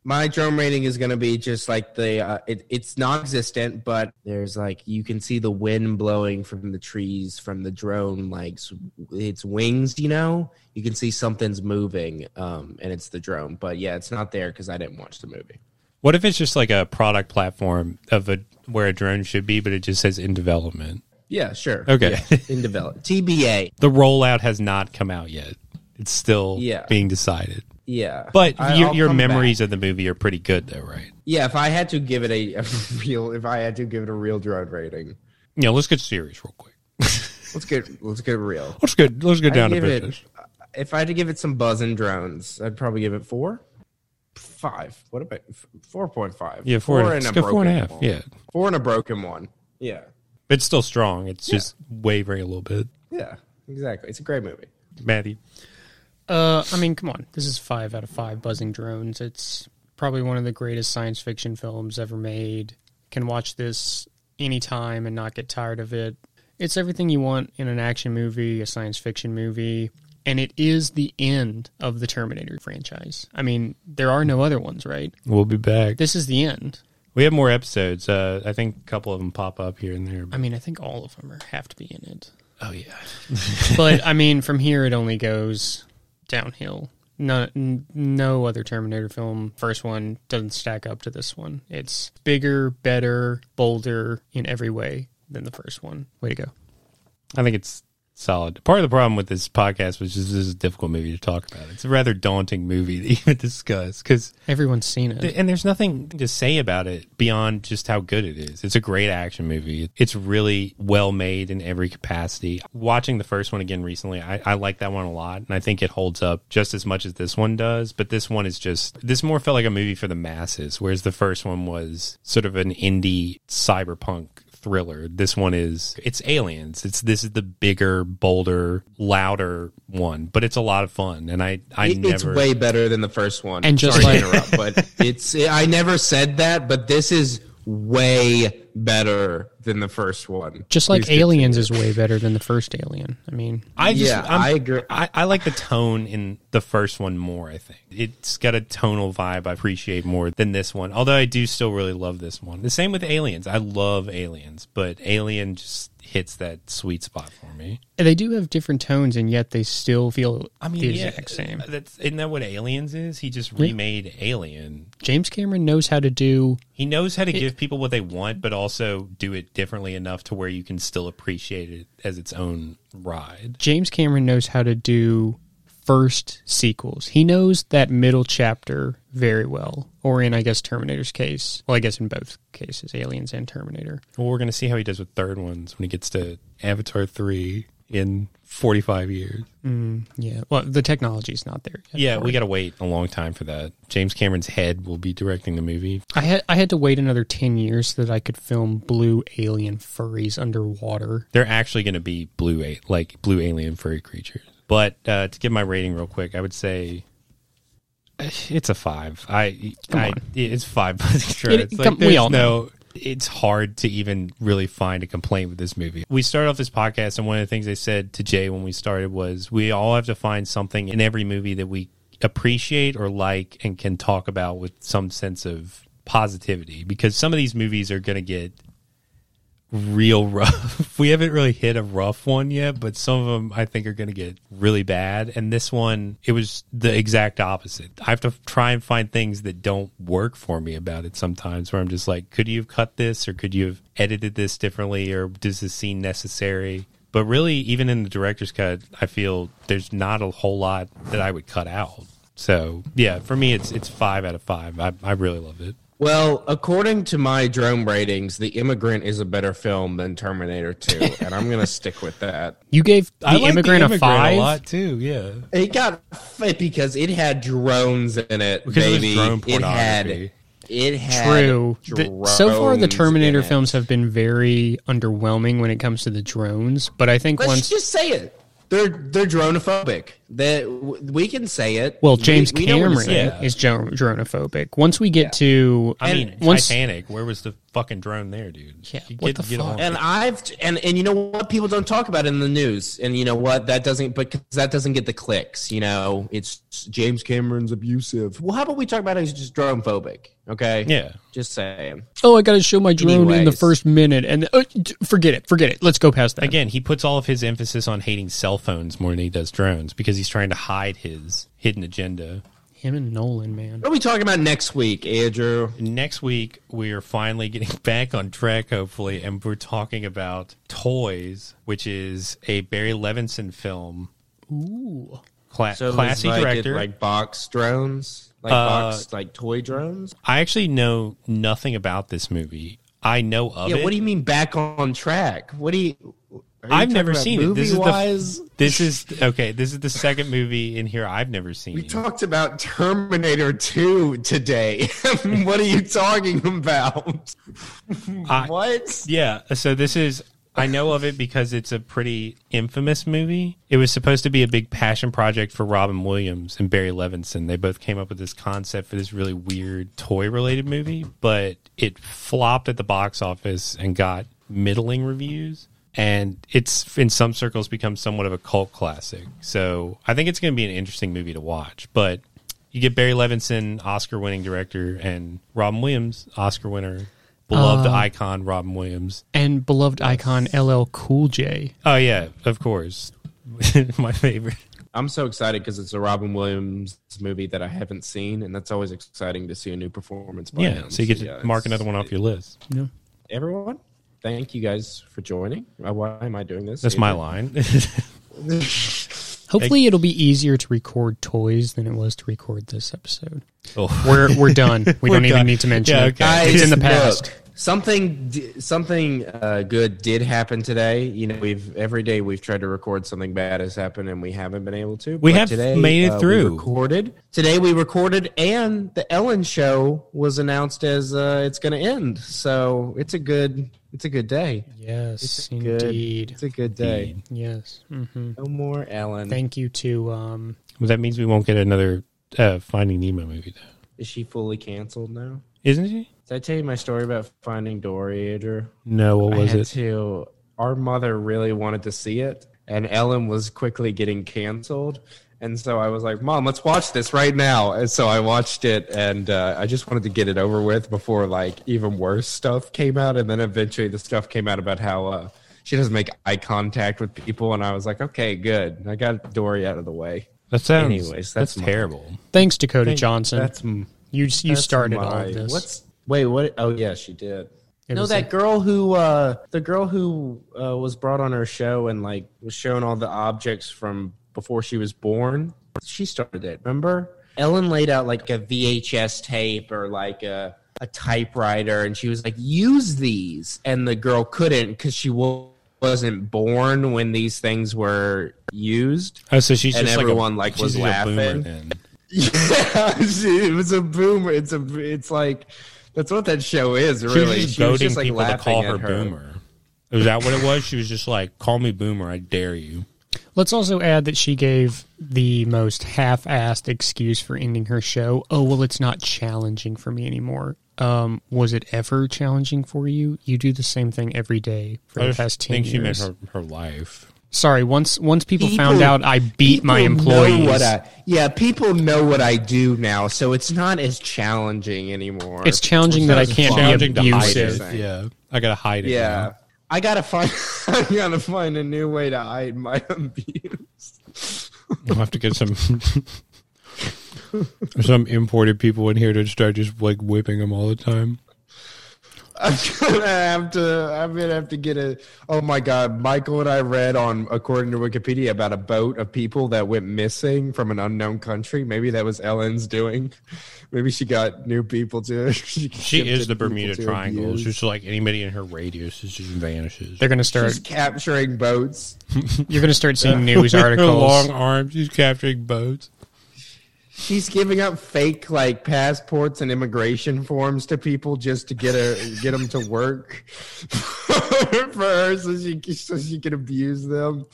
F: my drone rating is going to be just like the uh, it, it's non-existent, but there's like you can see the wind blowing from the trees from the drone, like s- its wings. You know, you can see something's moving, um, and it's the drone. But yeah, it's not there because I didn't watch the movie.
D: What if it's just like a product platform of a where a drone should be, but it just says in development?
F: Yeah, sure.
D: Okay.
F: Yeah, in develop TBA.
D: [laughs] The rollout has not come out yet. It's still
F: Yeah.
D: being decided.
F: Yeah,
D: But
F: I-
D: your,
F: I'll
D: your
F: come back.
D: memories of the movie are pretty good, though, right?
F: Yeah, if I had to give it a, [laughs] a real, if I had to give it a real drone rating,
D: Yeah, let's get serious real quick.
F: let's get let's get real.
D: Let's get let's get down to
F: I'd give
D: business.
F: it, uh, if I had to give it some buzz and drones, I'd probably give it four, five. What about four point five?
D: Yeah, four, and, let's go four and a half.
F: one.
D: Yeah,
F: four and a broken one. Yeah,
D: it's still strong. It's just wavering a little bit.
F: yeah, exactly. It's a great movie.
D: Maddie,
E: Uh, I mean, come on. This is five out of five buzzing drones. It's probably one of the greatest science fiction films ever made. Can watch this anytime and not get tired of it. It's everything you want in an action movie, a science fiction movie, and it is the end of the Terminator franchise. I mean, there are no other ones, right?
D: we'll be back.
E: This is the end.
D: We have more episodes. Uh, I think a couple of them pop up here and there.
E: I mean, I think all of them are, have to be in it.
D: oh yeah,
E: but I mean, from here it only goes downhill. No, n- no other Terminator film. First one doesn't stack up to this one. It's bigger, better, bolder in every way than the first one. Way to go!
D: I think it's solid. Part of the problem with this podcast was just this is a difficult movie to talk about. It's a rather daunting movie to [laughs] even discuss because
E: Everyone's seen it.
D: and there's nothing to say about it beyond just how good it is. It's a great action movie. It's really well made in every capacity. Watching the first one again recently, I, I like that one a lot, and I think it holds up just as much as this one does. But this one is just this more felt like a movie for the masses, whereas the first one was sort of an indie cyberpunk thriller. This one is it's aliens. It's this is the bigger, bolder, louder one, but it's a lot of fun, and I I
F: It-
D: never
F: It's way better than the first one.
E: And just
F: Sorry to
E: like-
F: interrupt,
D: [laughs]
F: but it's I never said that, but this is way better than the first one.
E: Just like Aliens is way better than the first Alien. I mean,
D: I just,
F: Yeah,
D: I'm-
F: I agree.
D: I, I like the tone in the first one more. I think it's got a tonal vibe I appreciate more than this one. Although I do still really love this one. The same with Aliens. I love Aliens, but Alien just hits that sweet spot for me.
E: they do have different tones, and yet they still feel
D: I mean,
E: the
D: yeah,
E: exact same.
D: That's isn't that what Aliens is? He just remade Alien.
E: James Cameron knows how to do
D: He knows how to give people what they want, but also do it differently enough to where you can still appreciate it as its own ride.
E: James Cameron knows how to do first sequels. He knows that middle chapter very well, or in, I guess, Terminator's case. Well, I guess in both cases, Aliens and Terminator.
D: Well, we're going to see how he does with third ones when he gets to Avatar 3 in 45 years.
E: Yeah. Well, the technology's not there yet.
D: Yeah, we got to wait a long time for that. James Cameron's head will be directing the movie.
E: I had, I had to wait another 10 years so that I could film blue alien furries underwater.
D: They're actually going to be blue, a- like blue alien furry creatures. But uh, to give my rating real quick, I would say eh, it's a five. I, I
E: on.
D: it's five. [laughs] sure,
E: It-
D: it's
E: come- we
D: there's
E: all know.
D: no- It's hard to even really find a complaint with this movie. We started off this podcast, and one of the things I said to Jay when we started was, we all have to find something in every movie that we appreciate or like and can talk about with some sense of positivity, because some of these movies are going to get real rough. [laughs] We haven't really hit a rough one yet, but some of them I think are going to get really bad. And this one, it was the exact opposite. I have to try and find things that don't work for me about it sometimes where I'm just like, could you have cut this or could you have edited this differently or does this scene necessary? But really, even in the director's cut, I feel there's not a whole lot that I would cut out. So yeah, for me, it's it's five out of five. I, I really love it.
F: Well, according to my drone ratings, The Immigrant is a better film than Terminator 2, and I'm going to stick with that.
E: You gave the,
D: I like
E: immigrant,
D: the
E: a five.
D: a lot too. Yeah,
F: It got fit because it had drones in it,
D: Because it was
F: baby. It,
D: drone
F: had.
D: pornography.
F: It had
E: True. The- so far,
F: drones
E: the
F: in
E: Terminator
F: it.
E: films have been very underwhelming when it comes to the drones. But I think
F: Let's
E: once,
F: just say it. They're they're dronophobic. That w- we can say it.
E: well,
F: We-
E: James
F: we know what
E: Cameron
F: to say.
D: Yeah.
E: is dro- dronophobic. Once we get to,
D: I
E: and
D: mean
E: once
D: Titanic. Where was the fucking drone there, dude?
E: Yeah,
D: You
E: what the fuck?
D: on
F: And
D: it.
F: I've and and you know what people don't talk about it in the news, and you know what that doesn't because that doesn't get the clicks. You know, it's James Cameron's abusive. Well, how about we talk about it as just drone phobic? Okay,
D: yeah,
F: just saying.
E: oh, I got to show my drone in the
F: Anyways.
E: first minute, and uh, d- forget it, forget it. Let's go past that.
D: again, he puts all of his emphasis on hating cell phones more than he does drones because he's trying to hide his hidden agenda.
E: Him and Nolan, man.
F: What are we talking about next week, Andrew?
D: Next week, we are finally getting [laughs] back on track, hopefully, and we're talking about Toys, which is a Barry Levinson film.
E: Ooh,
D: Cla-
F: So
D: classy
F: like,
D: director. Uh,
F: it, like box drones, like box like toy drones.
D: I actually know nothing about this movie. I know of
F: Yeah,
D: it.
F: what do you mean back on track? What do you? are you
D: I've
F: talking
D: never
F: about
D: seen it. This is
F: movie-wise?
D: the this is okay. This is the second movie in here I've never seen.
F: We talked about Terminator 2 today. [laughs] what are you talking about?
D: I-
F: what?
D: Yeah. So this is I know of it because it's a pretty infamous movie. It was supposed to be a big passion project for Robin Williams and Barry Levinson. They both came up with this concept for this really weird toy related movie, but it flopped at the box office and got middling reviews. And it's in some circles become somewhat of a cult classic. So I think it's going to be an interesting movie to watch. But you get Barry Levinson, Oscar winning director, and Robin Williams, Oscar winner, beloved icon Robin Williams.
E: and beloved icon LL Cool J.
D: Oh yeah, of course. [laughs] My favorite.
F: I'm so excited because it's a Robin Williams movie that I haven't seen, and that's always exciting to see a new performance by
D: Yeah.
F: him.
D: So you get to
F: Oh, yeah,
D: mark
F: it's-
D: another one off your list.
F: Everyone, thank you guys for joining. Uh, Why am I doing this?
D: That's my line.
F: [laughs]
E: Hopefully, it'll be easier to record toys than it was to record this episode.
D: oh.
E: We're we're done. We
D: We're
E: don't even
D: done.
E: need to mention
D: Yeah,
E: it.
D: okay. Guys,
E: It's in the past.
F: Look, something d- something uh, good did happen today. You know, we've every day we've tried to record something bad has happened and we haven't been able to.
D: We
F: but uh,
D: have made it
F: we
D: through.
F: recorded today. We recorded, and the Ellen Show was announced as uh, it's going to end. So it's a good it's a good day.
E: Yes,
F: Good.
E: indeed.
F: It's a good day.
E: Yes. hmm
F: No more Ellen.
E: Thank you to um,
D: Well, that means we won't get another uh, Finding Nemo movie though,
F: Is she fully canceled now?
D: isn't she?
F: Did I tell you my story about Finding Dory, Andrew?
D: No. What
F: I
D: was
F: had
D: it?
F: to. Our mother really wanted to see it, and Ellen was quickly getting canceled. And so I was like, "Mom, let's watch this right now." And so I watched it, and uh, I just wanted to get it over with before like even worse stuff came out. And then eventually, the stuff came out about how uh, she doesn't make eye contact with people, and I was like, "Okay, good. I got Dory out of the way."
D: That sounds.
F: Anyways, that's my-
D: terrible.
E: thanks Dakota Johnson.
F: That's m-
E: you you
F: that's
E: started all
F: my-
E: of this.
F: What's wait? What? Oh yeah, she did.
E: It
F: No,
E: was
F: that girl who uh, the girl who uh, was brought on her show and like was shown all the objects from before she was born. She started it. Remember, Ellen laid out like a VHS tape or like a a typewriter, and she was like, "Use these," and the girl couldn't because she wa- wasn't born when these things were used.
D: Oh, so she's
F: And
D: just
F: everyone,
D: like,
F: like,
D: a, she's
F: was
D: just a boomer
F: laughing.
D: then.
F: [laughs] Yeah, it was a boomer. It's a. It's like that's what that show is.
D: She
F: Really,
D: was just
F: She was
D: goading
F: just, like,
D: people to
F: laughing
D: call
F: at
D: her, boomer. Is that what it was? She was just like, "Call me boomer, I dare you."
E: Let's also add that she gave the most half-assed excuse for ending her show. Oh well, it's not challenging for me anymore. Um, was it ever challenging for you? You do the same thing every day for
D: I
E: the
D: just
E: past ten
D: think
E: years.
D: she meant her, her life.
E: Sorry, once once people,
F: People-
E: found out I beat my
F: People know
E: employees,
F: what I- yeah, people know what I do now, so it's not as challenging anymore.
E: it's challenging that I can't be
D: Challenging to hide
E: abusive.
D: it. Yeah, I gotta hide it. now.
F: yeah. I gotta find. [laughs] I gotta find a new way to hide my [laughs] abuse.
D: We'll have to get some [laughs] some imported people in here to start just like whipping them all the time.
F: [laughs] I'm gonna have to. I'm gonna have to get a. Oh my god, Michael and I read on according to Wikipedia about a boat of people that went missing from an unknown country. Maybe that was Ellen's doing. [laughs] Maybe she got new people to. [laughs] She,
D: She is
F: gifted
D: the
F: people
D: Bermuda
F: to
D: Triangle.
F: abuse.
D: It's just like anybody in her radius it just vanishes. [laughs]
E: They're gonna start.
F: She's capturing boats.
E: You're gonna start
D: [laughs]
E: seeing news
D: Her long
E: articles.
D: arms. She's capturing boats.
F: She's giving up fake like passports and immigration forms to people just to get her get them to work [laughs] for her, so she so she can abuse them.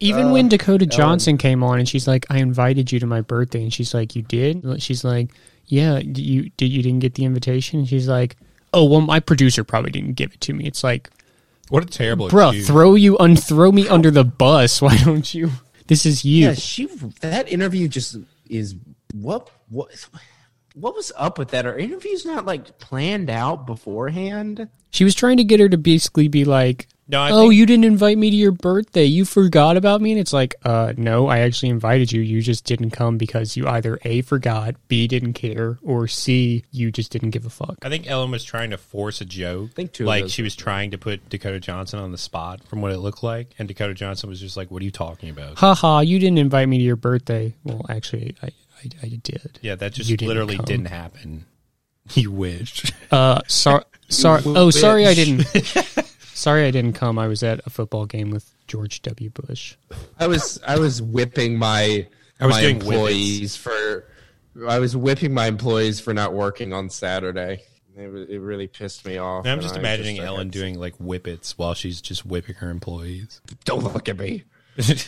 E: Even
D: Oh.
E: when Dakota Johnson came on and she's like, "I invited you to my birthday," and she's like, "You did?" She's like, "Yeah, d- you did. You didn't get the invitation?" And she's like, "Oh well, my producer probably didn't give it to me." It's like,
D: What a terrible
E: bruh,
D: excuse.
E: throw you un throw me under the bus. [laughs] Why don't you? This is you.
F: Yeah, she that interview just is what what what was up with that? Are interviews not like planned out beforehand?
E: She was trying to get her to basically be like,
D: No, I
E: "Oh,
D: think-
E: you didn't invite me to your birthday. You forgot about me." And it's like, "Uh, no, I actually invited you. You just didn't come because you either A forgot, B didn't care, or C you just didn't give a fuck."
D: I think Ellen was trying to force a joke. I
F: think two of
D: like
F: those
D: she was trying to put Dakota Johnson on the spot from what it looked like, and Dakota Johnson was just like, "What are you talking about?"
E: Haha, you didn't invite me to your birthday. Well, actually, I I, I did.
D: Yeah, that just
E: You didn't
D: literally
E: come.
D: didn't happen. [laughs] You wish.
E: Uh, sorry, sorry. [laughs] Oh, sorry, I didn't. [laughs] sorry, I didn't come. I was at a football game with George W. Bush.
F: I was I was whipping my
D: I was
F: my
D: doing
F: employees for I was whipping my employees for not working on Saturday. It, wa- it really pissed me off.
D: I'm
F: and
D: just
F: I
D: imagining
F: I
D: Ellen
F: got-
D: doing like whippets while she's just whipping her [laughs] employees.
F: Don't look at [laughs] me.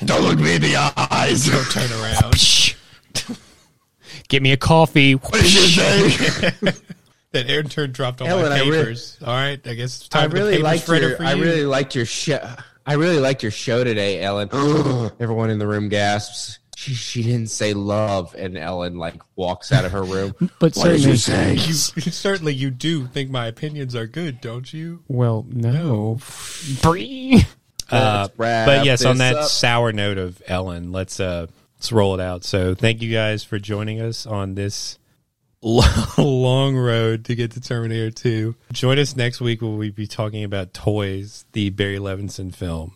F: Don't look me in the eyes. Don't turn
D: [laughs]
F: around.
E: Get me a coffee.
D: [laughs] That intern dropped all
F: Ellen,
D: my
F: I re-
D: papers. all right, I guess it's
F: I
D: time. for the
F: really
D: papers
F: liked
D: shredder
F: your.
D: for
F: I
D: you.
F: really liked your show. I really liked your show today,
D: [gasps]
F: Ellen. Everyone in the room gasps. She, she didn't say love, and Ellen like walks out of
D: [laughs]
F: her room.
D: Uh,
E: But
F: what did
E: certainly,
F: you say?
D: [laughs] You- certainly you do think my opinions are good, don't you?
E: Well, no. Bree.
D: Uh,
F: wrap
D: but yes, on
F: this
D: that
F: up.
D: sour note of Ellen, let's uh, let's roll it out. So thank you guys for joining us on this [laughs] lo- long road to get to Terminator Two. Join us next week when we be talking about Toys, the Barry Levinson film.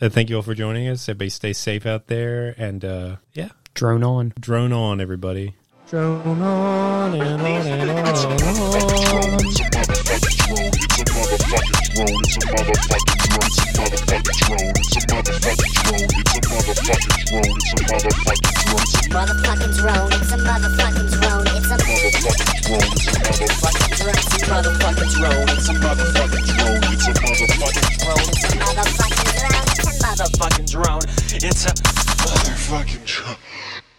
D: Uh, thank you all for joining us. Everybody, stay safe out there, and uh, yeah,
E: Drone on.
D: drone on, everybody.
A: It's a motherfucking drone. It's a motherfucking drone. It's a motherfucking drone. It's a motherfucking drone. It's a motherfucking drone. It's a motherfucking drone. It's a motherfucking drone. It's a
B: Motherfucking drone,
C: Fucking drone.
A: motherfucking drone. It's a motherfucking motherfucking drone. It's a motherfucking drone. It's a motherfucking drone.
B: it's a motherfucking drone, it's a motherfucking drone, it's a motherfucking drone, it's a motherfucking drone.
C: It's a
A: Motherfucking drone.